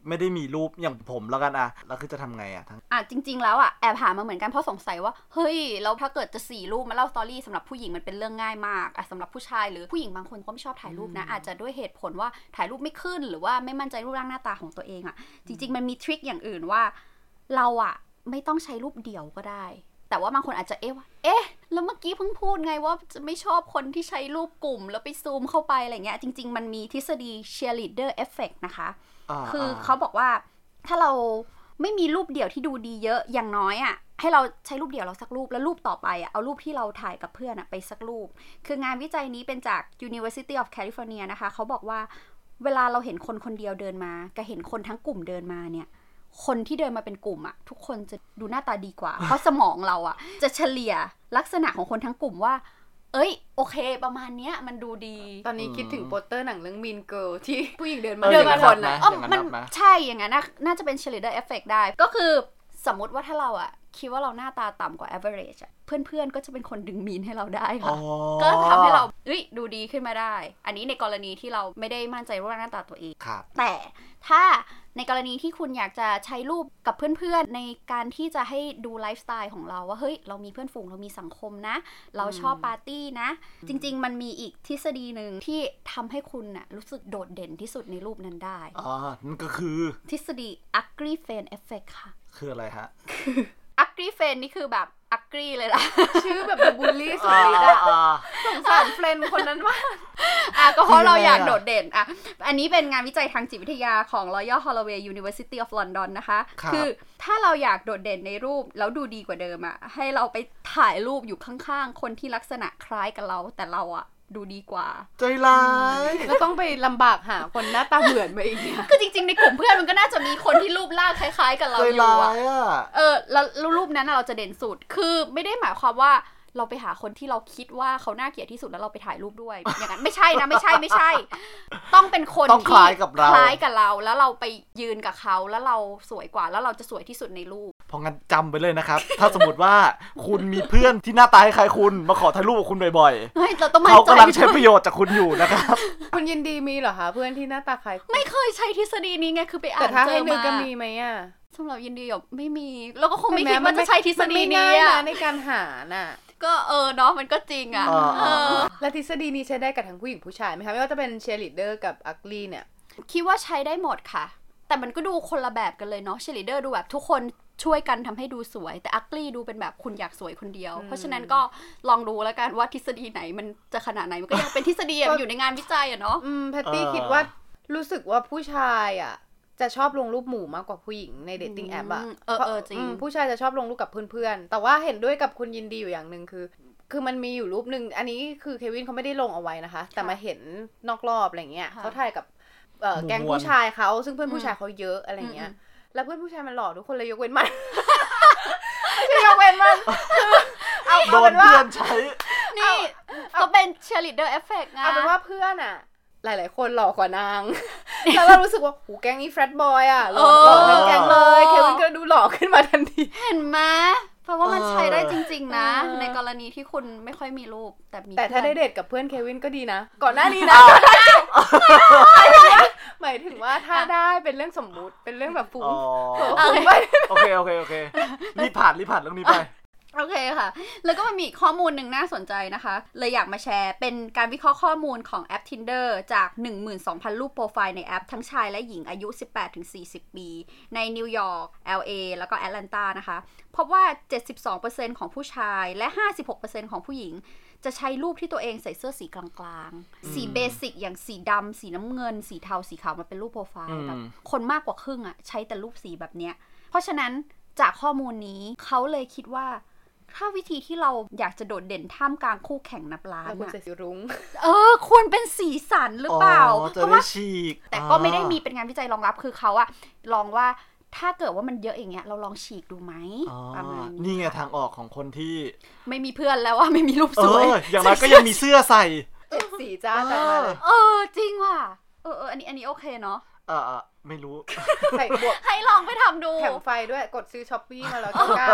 Speaker 1: ไม่ได้มีรูปอย่างผมแล้วกันอะแล้วคือจะทำไงอะทั้ง
Speaker 2: อ่ะจริง ๆ แล้วอ่ะแอบหามาเหมือนกันเพราะสงสัยว่า เฮ้ย แล้วถ้าเกิดจะสี่รูปมาเล่าสตอรี่สำหรับผู้หญิงมันเป็นเรื่องง่ายมากอ่ะสำหรับผู้ชายหรือผู้หญิงบางคนก็ไม่ชอบถ่ายรูปนะ อาจจะด้วยเหตุผลว่าถ่ายรูปไม่ขึ้น หรือว่าไม่มั่นใจรูปร่างหน้าตาของตัวเองอ่ะ จริง ๆ มันมีทริคอย่างอื่นว่า เราอ่ะไม่ต้องใช้รูปเดียวก็ได้ แต่ว่าบางคนอาจจะเอ๊ะว่าเอ๊ะ แล้วเมื่อกี้เพิ่งพูดไงว่าจะไม่ชอบคนที่ใช้รูปกลุ่ม แล้วไปซูมเข้าไปอะไรเงี้ยจริง ๆ มันมีทฤษฎี cheerleader effect นะคะ
Speaker 1: อ่า
Speaker 2: คือเขาบอกว่าถ้าเราไม่มีรูปเดี่ยวที่ดูดีเยอะอย่างน้อยอะ่ะให้เราใช้รูปเดี่ยวเราสักรูปแล้วรูปต่อไปอะ่ะเอารูปที่เราถ่ายกับเพื่อนอะ่ะไปสักรูป คืองานวิจัยนี้เป็นจาก University of California นะคะเขาบอกว่าเวลาเราเห็นคนคนเดียวเดินมากับเห็นคนทั้งกลุ่มเดินมาเนี่ย คนที่เดินมาเป็นกลุ่มอะทุกคนจะดูหน้าตาดีกว่า เพราะสมองเราอะจะเฉลี่ยลักษณะของคนทั้งกลุ่มว่า เอ้ย โอเค ประมาณเนี้ยมันดูดี
Speaker 3: ตอนนี้คิดถึงโปสเตอร์หนังเรื่อง Mean Girl ที่ผู้หญิงเดินมา
Speaker 1: เออ
Speaker 3: เดิน
Speaker 1: อย่
Speaker 3: มาง ค
Speaker 1: นับ
Speaker 3: น
Speaker 1: นะ
Speaker 3: นะ
Speaker 2: เอ้
Speaker 1: อ
Speaker 2: อ
Speaker 1: ย่างนั้น
Speaker 2: มัน
Speaker 1: นับนะ
Speaker 2: ใช่อย่างนั้นน่ะน่าจะเป็น cheerleader effect ได้ ก็คือ สมมติว่าถ้าเราอะคิดว่าเราหน้าตาต่ำกว่า average อะเพื่อนๆ ก็จะเป็นคนดึงมีนให้เราได้
Speaker 1: อ๋
Speaker 2: ค่ะ
Speaker 1: อ
Speaker 2: ก็จะทำให้เราเอ้ยดูดีขึ้นมาได้ อันนี้ในกรณีที่เราไม่ได้มั่นใจเรื่องหน้าตาตัวเอง
Speaker 1: ครับ
Speaker 2: แต่ถ้าในกรณีที่คุณอยากจะใช้รูปกับเพื่อนๆ ในการที่จะให้ดูไลฟ์สไตล์ของเราว่า เฮ้ย เรามีเพื่อนฝูงเรามีสังคมนะ เราชอบปาร์ตี้นะ จริงๆ มันมีอีกทฤษฎีหนึ่งที่ทำให้คุณน่ะรู้สึกโดดเด่นที่สุดในรูปนั้นได้
Speaker 1: อ๋อนั่นก็คือ
Speaker 2: ทฤษฎี ugly fan effect ค่ะ
Speaker 1: คืออะไรฮะ
Speaker 2: ugly fan นี่คือแบบ ugly เลยล่ะ
Speaker 3: ชื่อแบบดูบูลลี่สุดฤทธิ์อะสงสารเฟรนด์คนนั้นมาก
Speaker 2: อ่ะก็เพราะเราอยาก
Speaker 1: คืออะไรอ่ะ
Speaker 2: โดดเด่นอ่ะ อันนี้เป็นงานวิจัยทางจิตวิทยาของ Royal Holloway University of London นะคะ
Speaker 1: ครับ
Speaker 2: คือถ้าเราอยากโดดเด่นในรูปแล้วดูดีกว่าเดิมอ่ะ ให้เราไปถ่ายรูปอยู่ข้างๆ คนที่ลักษณะคล้ายกับเรา แต่เราอ่ะ ดูดีกว่า
Speaker 1: ใจร้าย
Speaker 3: ก็ต้องไปลำบากหาคนหน้าตาเหมือนมาอีกเนี่ย
Speaker 2: คือจริงๆ ในกลุ่มเพื่อนมันก็น่าจะมีคนที่รูปร่างคล้ายๆ กับเรา
Speaker 1: ใจ
Speaker 2: อยู่
Speaker 1: ร้า
Speaker 2: อ่ะ
Speaker 1: ยอ่ะ
Speaker 2: เออแล้วรูปนั้นน่ะเราจะเด่นสุด คือไม่ได้หมายความว่าเราไปหาคนที่เราคิดว่าเขาน่าเกลียดที่สุดแล้วเราไปถ่ายรูปด้วย อย่างนั้นไม่ใช่นะไม่ใช่ไม่ใช่ ต้องเป็นคน
Speaker 1: ต้อง
Speaker 2: ที่
Speaker 1: คล้ายกับเรา
Speaker 2: คล้ายกับเรา แล้วเราไปยืนกับเขาแล้วเราสวยกว่าแล้วเราจะสวยที่สุดในรูป
Speaker 1: เพราะงั้นจำไปเลยนะครับ ถ้าสมมติว่าคุณมีเพื่อนที่หน้าตาคล้ายคุณมาขอถ่ายรูปกับคุณบ่อย
Speaker 2: เฮ้ยเราต้อง
Speaker 1: ๆ
Speaker 2: มั่น
Speaker 1: เขา
Speaker 2: ใจ
Speaker 1: กำลังใช้ประโยชน์จากคุณอยู่นะครับ
Speaker 3: คุณยินดีมีเหรอคะเพื่อนที่หน้าตาคล้ายคุณ
Speaker 2: ไม่เคยใช้ทฤษฎีนี้ไงคือไปอ่า
Speaker 3: แต่
Speaker 2: น
Speaker 3: ถ้า
Speaker 2: เจ
Speaker 3: ให้
Speaker 2: อ
Speaker 3: นึก
Speaker 2: มา
Speaker 3: ก็มีไหมอะ
Speaker 2: สำหรับยินดีแบบไม่มีแล้วก็คงไม่คิดว่าจะใช้ทฤษ
Speaker 3: มัน
Speaker 2: ฎี
Speaker 3: ไม่
Speaker 2: นี้
Speaker 3: ง่าย
Speaker 2: อะ
Speaker 3: นะในการหาน่ะ
Speaker 2: ก็เออเนาะมันก็จริงอ่ะ
Speaker 1: อ่า
Speaker 2: เอ
Speaker 1: อ่า
Speaker 2: อ
Speaker 1: อ่า
Speaker 3: และทฤษฎีนี้ใช้ได้กับทั้งผู้หญิงผู้ชายไหมคะ ไม่ว่าจะเป็นเชียร์ลีดเดอร์กับอักลีเนี่ย
Speaker 2: คิดว่าใช้ได้หมดค่ะ แต่มันก็ดูคนละแบบกันเลยเนาะเชลิเดอร์ดูแบบทุกคนช่วยกันทำให้ดูสวย แต่อักลี่ดูเป็นแบบคุณอยากสวยคนเดียว
Speaker 3: อืม
Speaker 2: เพราะฉะนั้นก็ลองดูแล้วกันว่าทฤษฎีไหนมันจะขนาดไหน มันก็ยังเป็นทฤษ ฎีอะมันอยู่ในงานวิจัยอะเนาะ
Speaker 3: อืมแพตตี้
Speaker 1: เอ่อ
Speaker 3: คิดว่ารู้สึกว่าผู้ชายอ่ะ จะชอบลงรูปหมู่มากกว่าผู้หญิงในเดทติ้งแอปอ่ะ
Speaker 2: เออเออจริง
Speaker 3: มผู้ชายจะชอบลงรูปกับเพื่อนๆ แต่ว่าเห็นด้วยกับคุณยินดีอยู่อย่างหนึ่งคือ คือมันมีอยู่รูปหนึ่งอันนี้คือเควินเขาไม่ได้ลงเอาไว้นะคะ แต่มาเห็นนอกรอบอะไรเงี้ย
Speaker 2: ค่ะ
Speaker 3: เขาถ่ายกับเอ่อ
Speaker 1: หมู่
Speaker 3: แก๊ง
Speaker 1: มวล
Speaker 3: ผู้ชายเขาซึ่งเพื่อนผู้
Speaker 2: อืม
Speaker 3: ชายเขาเยอะอะไรเงี้ย
Speaker 2: อืม
Speaker 3: แล้วเพื่อนผู้ชายมันหล่อทุกคนเลยยกเว้นมัน ไม่ใช่ยกเว้นมันเอา
Speaker 1: โด
Speaker 3: เอาเป็นนว่า
Speaker 1: เพื่อนใช้
Speaker 2: นี่
Speaker 3: เอา
Speaker 2: ก็เป็นเชลิเดอร์เอฟเฟกต์ไง
Speaker 3: เอาเป็นว่าเพื่อนอะหลาย ๆ คนหล่อกว่านาง แล้วเรารู้สึกว่าหูแก๊งนี้แฟรตบอยอะหล่อหล่อทั้งแก๊งเลยเควินก็ดูหล่อขึ้นมาทันที
Speaker 2: เห็นไหมเพราะว่ามัน
Speaker 1: เออ
Speaker 2: ใช้ได้จริง ๆ นะ
Speaker 3: เออ
Speaker 2: ในกรณีที่คุณไม่ค่อยมีรูปแต่มี
Speaker 3: แต่ถ้าได้
Speaker 2: เพื่อน
Speaker 3: เดทกับเพื่อนเควินก็ดีนะ ก่อนหน้านี้นะหมายถึงว่าถ้าได้เป็นเรื่องสมมุติเป็นเรื่องแบบฟุ้ง
Speaker 1: อ๋อ
Speaker 3: ฟุ้งไป
Speaker 1: โอเคโอเคโอเครีบผ่านรีบผ่านเรื่องนี้ไป
Speaker 2: โอเคค่ะ แล้วก็มันมีอีกข้อมูลหนึ่งน่าสนใจนะคะ เลยอยากมาแชร์เป็นการวิเคราะห์ข้อมูลของแอป Tinder จาก 12,000 รูปโปรไฟล์ในแอปทั้งชายและหญิงอายุ 18-40 ปี ในนิวยอร์ก LA แล้วก็แอตแลนตานะคะ พบว่า 72%ของผู้ชายและ 56%ของผู้หญิง จะใช้รูปที่ตัวเองใส่เสื้อสีกลางๆ สีเบสิกอย่างสีดำสีน้ำเงิน สีเทาสีขาวมาเป็นรูปโปรไฟล์แบบคนมากกว่าครึ่งอะใช้แต่รูปสีแบบเนี้ย เพราะฉะนั้นจากข้อมูลนี้เขาเลยคิดว่า ถ้าวิธีที่เราอยากจะโดดเด่นท่ามกลางคู่แข่งนับล้าน
Speaker 3: แล้วคุณ
Speaker 2: อะ
Speaker 3: ใส่สีรุ้ง
Speaker 2: เออ ควรเป็นสีสันหรือเปล่า
Speaker 1: จะ
Speaker 2: เพราะ
Speaker 1: ได้
Speaker 2: ว่า
Speaker 1: ฉีก
Speaker 2: แต่ก็ไม่ได้มีเป็นงานวิจัยรองรับคือเขาอะลองว่าถ้าเกิดว่ามันเยอะอย่างเงี้ยเราลองฉีกดูไหม
Speaker 1: อ๋อ
Speaker 2: ประมาณนี้
Speaker 1: นี่ไงทางออกของคนที่
Speaker 2: ไม่มีเพื่อนแล้วว่าไม่มีรูป
Speaker 1: เอ
Speaker 2: สวย
Speaker 1: ออย่างไรก็ยังมีเสื้อใส่
Speaker 3: เจ็ดสีจ้าจัดมาเลย
Speaker 2: เออจริงว่ะเออเอออันนี้อันนี้โอเคเนาะ
Speaker 1: เอ่าไม่รู้
Speaker 3: ใส่บวก
Speaker 2: ให้ลองไปทำดู
Speaker 3: แถมไฟด้วยกดซื้อช้อปปี้มาแล้วเก้า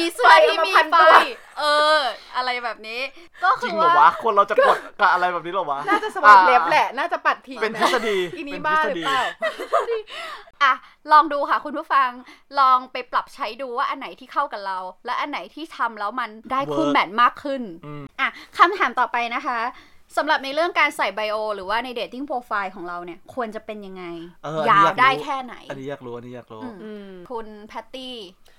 Speaker 2: มีเสื้อที่มี
Speaker 3: ไฟ
Speaker 2: ไฟ
Speaker 3: เอามาพันตัว
Speaker 2: เออ อะไรแบบนี้ ก็
Speaker 1: จ
Speaker 2: คื
Speaker 1: ริง
Speaker 2: อ
Speaker 1: เหรอวะ
Speaker 2: ว่า
Speaker 1: คนเราจะกดกับอะไรแบบนี้เหรอวะ
Speaker 3: น่าจะสวัสดเล็บแหละ น่าจะปัดทิ้ง
Speaker 1: เป็นทฤ
Speaker 3: นะ
Speaker 1: ษฎี
Speaker 3: อีนี้
Speaker 1: เป็
Speaker 3: บ้า
Speaker 1: ท
Speaker 3: ห
Speaker 1: ฤ
Speaker 3: รือ
Speaker 1: ษฎี
Speaker 3: เปล่า
Speaker 2: อ่ะ ลองดูค่ะคุณผู้ฟังลองไปปรับใช้ดูว่าอันไหนที่เข้ากับเรา และอันไหนที่ทำแล้วมันได้คู่
Speaker 1: Work
Speaker 2: แมทมากขึ้น
Speaker 1: อืม
Speaker 2: อ่ะคำถามต่อไปนะคะสำหรับในเรื่องการใส่ไบโอหรือว่าในเดทติ้งโปรไฟล์ของเราเนี่ย ควรจะเป็นยังไง
Speaker 1: เอออันนี้
Speaker 2: ยาวได้
Speaker 1: อยากรู้
Speaker 2: แค่ไหน
Speaker 1: อันนี้อยากรู้อันนี้อยากรู้
Speaker 2: อืม
Speaker 3: อืม
Speaker 2: คุณแพตตี้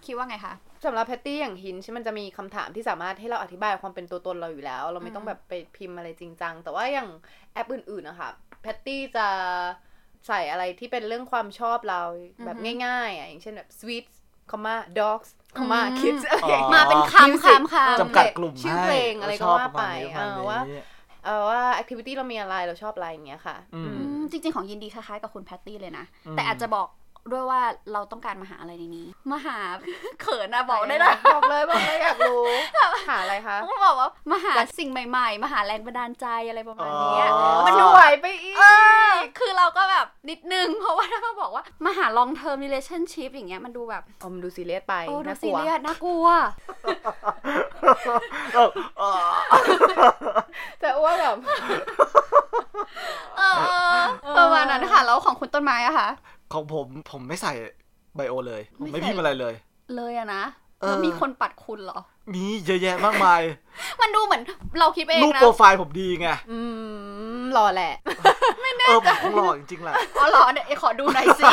Speaker 2: คิดว่าไงคะ
Speaker 3: สำหรับแพตตี้อย่างหินใช่มันจะมีคำถามที่สามารถให้เราอธิบายความเป็นตัวตนเราอยู่แล้ว เราไม่ต้องแบบไปพิมพ์อะไรจริงจังแต่ว่าอย่างแอปอื่นๆนะคะแพตตี้จะใส่อะไรที่เป็นเรื่องความชอบเราแบบง่ายๆอ่ะอย่างเช่นแบบ sweet comma dogs comma
Speaker 2: อืม
Speaker 3: kids อะไรอย่าง
Speaker 1: อ๋อ
Speaker 3: เงี้ย
Speaker 2: มาเป็นคำ
Speaker 3: Music
Speaker 2: คำคำ
Speaker 1: จำกัดกลุ่ม
Speaker 3: ชื่อ
Speaker 1: ให้
Speaker 3: เพลงอะไรก็
Speaker 1: ชบ
Speaker 3: ว่า
Speaker 1: ระมณ
Speaker 3: ไป
Speaker 1: นี้
Speaker 3: เออ
Speaker 1: ประมณ
Speaker 3: ว่า
Speaker 1: นี้
Speaker 3: เอาว่า activity เรามีอะไรเราชอบอะไรอย่างเงี้ยค่ะ
Speaker 1: อืม
Speaker 2: อืมจริงๆ ของยินดีคล้ายๆกับคุณแพตตี้เลยนะ
Speaker 1: อืม
Speaker 2: แต่อาจจะบอก ด้วยว่าเราต้องการมาหาอะไรในนี้ มาหา เขินอะบอก
Speaker 3: หา
Speaker 2: ได้
Speaker 3: ง
Speaker 2: เล
Speaker 3: ง
Speaker 2: ย
Speaker 3: บอกเลยบอกเลยอยากรู้ หาอะไรคะ
Speaker 2: ก็บอกว่ามาหาสิ่งใหม่ ๆ มาหาแรงบันดาลใจอะไรประมาณเนี้ย
Speaker 1: อ๋อ
Speaker 3: มัน
Speaker 2: น
Speaker 3: ห
Speaker 2: ดู
Speaker 3: น่วยไปอีก
Speaker 2: เออคือเราก็แบบนิดนึง เพราะว่าถ้ามาบอกว่า มาหา long term relationship อย่างเงี้ยมันดูแบบ
Speaker 3: อมนดูซีเรียสไป
Speaker 2: โอ้ดู
Speaker 3: น่าก
Speaker 2: ซี
Speaker 3: ลัว
Speaker 2: เรียสน่ากลัว
Speaker 1: เออเออ
Speaker 3: แต่อ้ว่าแบบ
Speaker 2: เออประมาณนั้นค่ะ แล้วของคุณต้นไม้อะคะ
Speaker 1: ของผมผมไม่ใส่ไบโอเลย ผม
Speaker 2: ไม่
Speaker 1: ไม่
Speaker 2: ใส่
Speaker 1: พิมพ์อะไรเลย
Speaker 2: เลยอะนะ
Speaker 1: เออ
Speaker 2: แล้วมีคนปัดคุณเหรอ
Speaker 1: มีเยอะแยะมากมาย
Speaker 2: มันดูเหมือนเราคิดเอง
Speaker 1: รูป
Speaker 2: นะ
Speaker 1: โปรไฟล์ผมดีไง
Speaker 3: อืมรอแหละ
Speaker 1: เออผมคงหล่อจริงๆแหละ
Speaker 2: อ๋อเหรอเดี๋ยวขอดูหน่อยสิ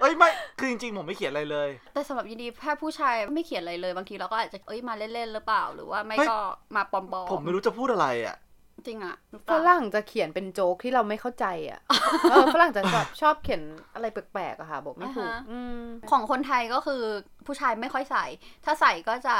Speaker 1: เอ้ยไม่ คือจริงๆ ผมไม่เขียนอะไรเลย
Speaker 2: แต่สำหรับยินดีแพทย์ผู้ชายไม่เขียนอะไรเลยบางทีเราก็อาจจะเอ้ยมาเล่นๆหรือเปล่า หรือว่าไม่
Speaker 1: ไม่
Speaker 2: ก็มาปลอม
Speaker 1: ผมไม่รู้จะพูดอะไรอ่ะ
Speaker 2: ๆจริงอะหรือเป
Speaker 3: ฝ
Speaker 2: ล่า
Speaker 3: รั่งจะเขียนเป็นโจ๊กที่เราไม่เข้าใจอ่ะ เออฝรั่งจะ แบบชอบเขียนอะไรแปลกๆอะค่ะ บอกไม่ถูก
Speaker 2: อ่าฮะ
Speaker 3: อืม
Speaker 2: ของคนไทยก็คือผู้ชายไม่ค่อยใส่ ถ้าใส่ก็จะ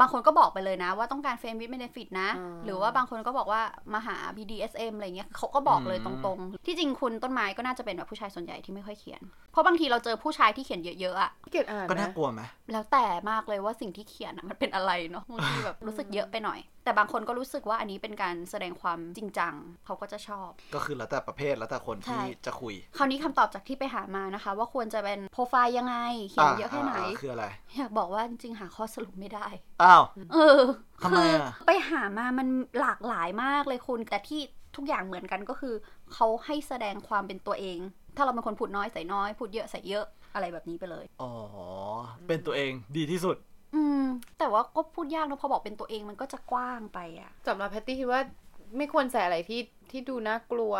Speaker 2: บางคนก็บอกไปเลยนะ ว่าต้องการเฟรมวิดเบนฟิตนะ หรือว่าบางคนก็บอกว่ามาหา BDSM อะไรเงี้ยเขาก็บอกเลย
Speaker 1: อื
Speaker 2: ต
Speaker 1: ม
Speaker 2: รงๆ ที่จริงคุณต้นไม้ก็น่าจะเป็นแบบผู้ชายส่วนใหญ่ที่ไม่ค่อยเขียน เพราะบางทีเราเจอผู้ชายที่เขียนเยอะๆอะ
Speaker 3: ขี้เกียจอ่าน
Speaker 1: ก็น่า
Speaker 3: นะ
Speaker 1: กลัวไหม
Speaker 2: แล้วแต่มากเลยว่าสิ่งที่เขียนอะมันเป็นอะไรเนาะบางทีแบบรู้สึกเยอะไปหน่อย แต่บางคนก็รู้สึกว่าอันนี้เป็นการแสดงความจริงจังเขาก็จะชอบ
Speaker 1: ก็คือแล้วแต่ประเภทแล้วแต่คน
Speaker 2: ใช่
Speaker 1: ที่จะคุย
Speaker 2: คราวนี้คำตอบจากที่ไปหามานะคะ ว่าควรจะเป็นโปรไฟล์ยังไงเขียนเยอะแค่ไหน
Speaker 1: าาคืออะไร
Speaker 2: อยากบอกว่าจริงๆหาข้อสรุปไม่ได้
Speaker 1: อ้าว
Speaker 2: เออ
Speaker 1: ทำไม
Speaker 2: คือ
Speaker 1: อะ
Speaker 2: ไปหามามันหลากหลายมากเลยคุณ แต่ที่ทุกอย่างเหมือนกันก็คือเขาให้แสดงความเป็นตัวเอง ถ้าเราเป็นคนพูดน้อยใส่น้อย พูดเยอะใส่เยอะอะไรแบบนี้ไปเลย
Speaker 1: อ๋อ เป็นตัวเองดีที่สุด
Speaker 2: อืม แต่ว่าก็พูดยากนะพอบอกเป็นตัวเองมันก็จะกว้างไปอะ
Speaker 3: สำหรับแพตตี้คิดว่าไม่ควรใส่อะไรที่ที่ดูน่ากลัว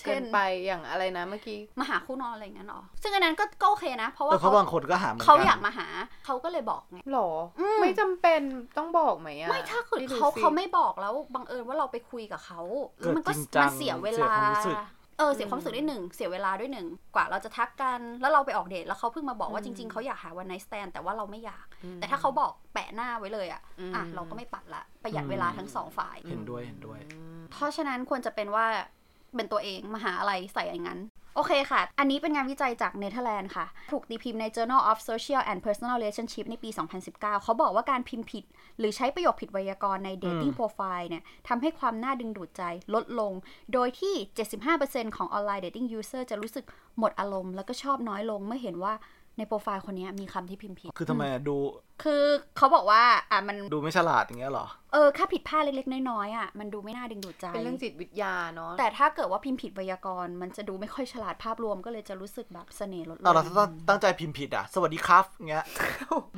Speaker 2: เช่
Speaker 3: เกิ
Speaker 2: น
Speaker 3: นไปอย่างอะไรนะเมื่อกี้
Speaker 2: มาหาคู่นอนอะไรอย่างนั้นหรอ ซึ่งอันนั้นก็ก็โอเคนะ เพราะ
Speaker 1: เอ
Speaker 2: ว่า
Speaker 1: อเพราะบางคนก็หาเหมือน
Speaker 2: เขา
Speaker 1: กั
Speaker 2: อยาก
Speaker 1: น
Speaker 2: มาหาเขาก็เลยบอกไง
Speaker 3: หรอ
Speaker 2: อืม
Speaker 3: ไม่จำเป็นต้องบอกไหมอะ
Speaker 2: ไม่ถ้าเกิด
Speaker 3: พี่
Speaker 2: เขา
Speaker 3: สิ
Speaker 2: เขาไม่บอกแล้วบังเอิญว่าเราไปคุยกับเขาแล้วมันก็
Speaker 1: เกิดจริงจัง
Speaker 2: มันเสียเวลา
Speaker 1: เสียความรู้สึก
Speaker 2: เออเสียความรู้สึกด้วยหนึ่งเสียเวลาด้วยหนึ่งกว่าเราจะทักกันแล้วเราไปออกเดทแล้วเขาเพิ่งมาบอกว่าจริงๆเขาอยากหาวันไนสแตนแต่ว่าเราไม่อยาก
Speaker 3: อืม
Speaker 2: แต่ถ้าเขาบอกแปะหน้าไว้เลยอ่ะ
Speaker 3: ม
Speaker 2: อ่ะเราก็ไม่ปัดละประหยัดเวลาทั้งสองฝ่าย
Speaker 1: เห็นด้วยเห็นด้วย
Speaker 3: อืม
Speaker 2: เพราะฉะนั้นควรจะเป็นว่าเป็นตัวเองมาหาอะไรใส่อย่างนั้น โอเคค่ะ อันนี้เป็นงานวิจัยจากเนเธอร์แลนด์ค่ะ ถูกตีพิมพ์ใน Journal of Social and Personal Relationship ในปี 2019 เขาบอกว่าการพิมพ์ผิด หรือใช้ประโยคผิดไวยากรณ์ใน
Speaker 1: อื
Speaker 2: dating
Speaker 1: ม
Speaker 2: profile เนี่ยทำให้ความน่าดึงดูดใจลดลง โดยที่ 75%ของออนไลน์ dating user จะรู้สึกหมดอารมณ์ แล้วก็ชอบน้อยลงเมื่อเห็นว่าในโปรไฟล์คนเนี้ยมีคำที่พิมพ์ผิด
Speaker 1: คือทำไมอะดู
Speaker 2: คือเขาบอกว่าอ่ะมัน
Speaker 1: ดูไม่ฉลาดอย่างเงี้ยเหรอ
Speaker 2: เออค่าผิดพลาดเล็กๆน้อยๆอ่ะมันดูไม่น่าดึงดูดใจ
Speaker 3: เป็นเรื่องจิตวิทยาเนาะ
Speaker 2: แต่ถ้าเกิดว่าพิมพ์ผิดไวยากรณ์มันจะดูไม่ค่อยฉลาดภาพรวมก็เลยจะรู้สึกแบบเสน่ห์ลดล
Speaker 1: เอา
Speaker 2: ง
Speaker 1: เราถ้าตั้งใจพิมพ์ผิดอ่ะ สวัสดีครับเงี้ย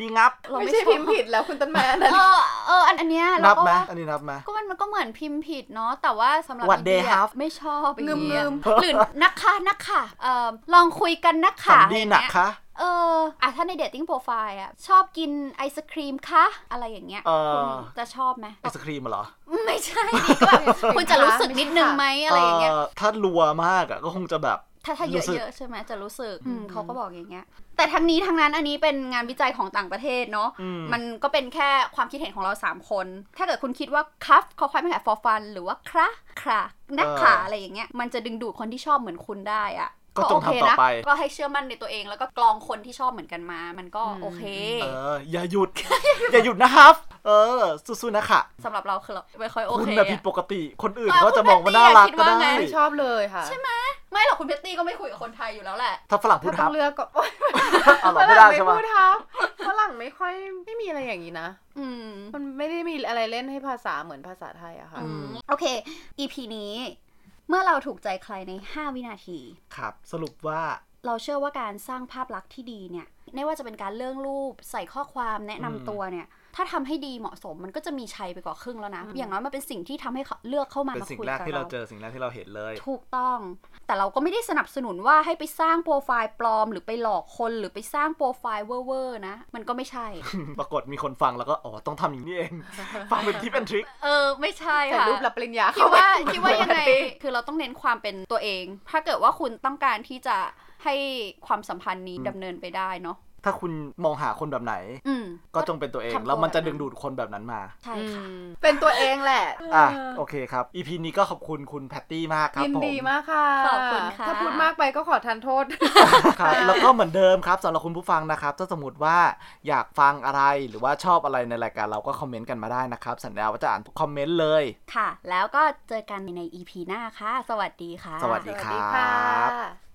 Speaker 1: ดีงับ
Speaker 2: เรา
Speaker 3: ไม่
Speaker 2: ไม่
Speaker 3: ใช่
Speaker 2: ชอบ
Speaker 3: พิมพ์ผิดแล้วคุณต้นไม้อันนั้น
Speaker 2: เออเอออันอันเนี้ยเรา
Speaker 1: นับ
Speaker 2: ก็
Speaker 1: ไหม
Speaker 2: ว่า
Speaker 1: อันนี้นับไหม
Speaker 2: ก็มันมันก็เหมือนพิมพ์ผิดเนาะแต่ว่าสำหรับ
Speaker 1: What day
Speaker 2: ดีๆ
Speaker 1: half
Speaker 2: ไม่ชอบไอ้
Speaker 3: งึม
Speaker 2: เหี้
Speaker 3: งึ
Speaker 2: ย
Speaker 3: ม
Speaker 2: หรือนักค่ะนักค่ะเออลองคุยกันนัก
Speaker 1: สั
Speaker 2: ค่ะ
Speaker 1: น
Speaker 2: อะไร
Speaker 1: ดีหนัก
Speaker 2: เงี้ย
Speaker 1: คะ
Speaker 2: เอออ่ะถ้าในเดทติ้งโปรไฟล์อ่ะชอบกินไอศครีมคะอะไรอย่างเงี้ย
Speaker 1: เอ
Speaker 2: คุณ
Speaker 1: อ
Speaker 2: จะชอบไหม
Speaker 1: ไอศครีมเหรอ
Speaker 2: ไม่ใช่ดิ ก็แบบคุณจะรู้สึกนิดนึงไหมอะไรอย่างเงี้ย
Speaker 1: เอ่อถ้ารัวมากอ่ะก็คงจะแบบ
Speaker 2: ถ้าถ้า
Speaker 1: รู้
Speaker 2: เย
Speaker 1: สึก
Speaker 2: อะๆใช่ไหมจะรู้สึกอืมเขาก็บอกอย่างเงี้ย แต่ทั้งนี้ทั้งนั้นอันนี้เป็นงานวิจัยของต่างประเทศเนาะ
Speaker 1: อืม
Speaker 2: มันก็เป็นแค่ความคิดเห็นของเราสามคน ถ้าเกิดคุณคิดว่าคัฟคอควายไม่แหฟอฟัน หรือว่าคระคระนักขา
Speaker 1: เอออ
Speaker 2: อะไรอย่างเงี้ยมันจะดึงดูดคนที่ชอบเหมือนคุณได้อะ
Speaker 1: ก็จงทำต่อไป
Speaker 2: ก็ให้เชื่อมั่นในตัวเองแล้วก็กรองคนที่ชอบเหมือนกันมา มันก็โอเค
Speaker 1: เออ อย่าหยุด อย่าหยุดนะครับ เออ สู้ๆนะคะ
Speaker 2: สำหรับเราคือเราไม่ค่อยโอ
Speaker 1: คุณ
Speaker 2: เค
Speaker 1: แบบผิด
Speaker 2: อะ
Speaker 1: ปกติ คนอื่น
Speaker 2: เออ
Speaker 1: เขาจะม
Speaker 2: คุณ
Speaker 1: องว่าน่ารักก็
Speaker 2: แพตตี้อะคิดว่าไง
Speaker 1: ได้
Speaker 3: ไม่ชอบเลยค่ะ
Speaker 2: ไม่หรอกคุณเพตตี้ก็ไม่คุยกับคนไทยอยู่แล้วแหละ
Speaker 1: ถ้าฝรั่งพูด
Speaker 3: ถ้าต้
Speaker 1: ทั
Speaker 3: อบ งเลือกก็โอ๊ย
Speaker 1: เอาเหรอ
Speaker 3: ฝ
Speaker 1: ไม่
Speaker 3: รั่
Speaker 1: ได้
Speaker 3: งไม่
Speaker 1: ใช่ไหม
Speaker 3: พูดครับฝรั่งไม่ค่อยไม่มีอะไรอย่างนี้นะ
Speaker 2: อืม
Speaker 3: มันไม่ได้มีอะไรเล่นให้ภาษาเหมือนภาษาไทยอะค่ะ
Speaker 1: อืม
Speaker 2: โอเค EP นี้ เมื่อเราถูกใจใครใน 5 วินาที
Speaker 1: ครับ สรุปว่า
Speaker 2: เราเชื่อว่าการสร้างภาพลักษณ์ที่ดีเนี่ย ไม่ว่าจะเป็นการเลื่องรูป ใส่ข้อความแนะนำ
Speaker 1: อืม
Speaker 2: ตัวเนี่ย ถ้าทำให้ดีเหมาะสมมันก็จะมีชัยไปกว่าครึ่งแล้วนะ อย่างน้อยมันเป็นสิ่งที่ทำให้เขาเลือกเข้ามา
Speaker 1: เป็น
Speaker 2: มา
Speaker 1: สิ่ง
Speaker 2: คุย
Speaker 1: แร
Speaker 2: กับ
Speaker 1: กที่เรา
Speaker 2: เรา
Speaker 1: เจอสิ่งแรกที่เราเห็นเลย
Speaker 2: ถูกต้อง แต่เราก็ไม่ได้สนับสนุนว่าให้ไปสร้างโปรไฟล์ปลอม หรือไปหลอกคนหรือไปสร้างโปรไฟล์เว่อร์ๆนะ มันก็ไม่ ใช่
Speaker 1: ปรากฏมีคนฟังแล้วก็ อ๋อ ต้องทำอย่างนี้เอง ฟังเป็นทิปเป็นทริค
Speaker 2: เออ ไม่ใช่
Speaker 3: แต่
Speaker 2: ค่ะ
Speaker 3: รูปรับปริญญา
Speaker 2: คิด
Speaker 3: เข้าไป
Speaker 2: ว่าคิดว่ายังไง คือเราต้องเน้นความเป็นตัวเอง ถ้าเกิดว่าคุณต้องการที่จะให้ความสัมพันธ์นี้ดำเนินไปได้เนาะ
Speaker 1: ถ้าคุณมองหาคนแบบไหน
Speaker 2: อืม
Speaker 1: ก็จงเป็นตัวเอง
Speaker 2: ทำตัว
Speaker 1: แล้วมันจะดึงดูดคนแบบนั้นมา
Speaker 2: ใช่ค่ะ
Speaker 3: อืมเป็นตัวเองแหละ
Speaker 1: อ่ะโอเคครับ EP นี้ก็ขอบคุณคุณแพตตี้มากครับ
Speaker 3: ยิน
Speaker 1: ผม
Speaker 3: ดีมากค่ะ
Speaker 2: ขอบคุณค่ะ
Speaker 3: ถ้าพูดมากไปก็ขอทันโทษ
Speaker 1: ครับแล้วก็เหมือนเดิมครับสำหรับคุณผู้ฟังนะครับ ถ้าสมมติว่าอยากฟังอะไรหรือว่าชอบอะไรในรายการเราก็คอมเมนต์กันมาได้นะครับ สัญญาว่าจะอ่านทุกคอมเมนต์เลย
Speaker 2: ค่ะ แล้วก็เจอกันใน EP หน้าค่ะ สวัสดีค่ะ
Speaker 1: สวัสดี
Speaker 3: สวัส
Speaker 1: ครั
Speaker 3: ดี
Speaker 1: บ
Speaker 3: ค่ะ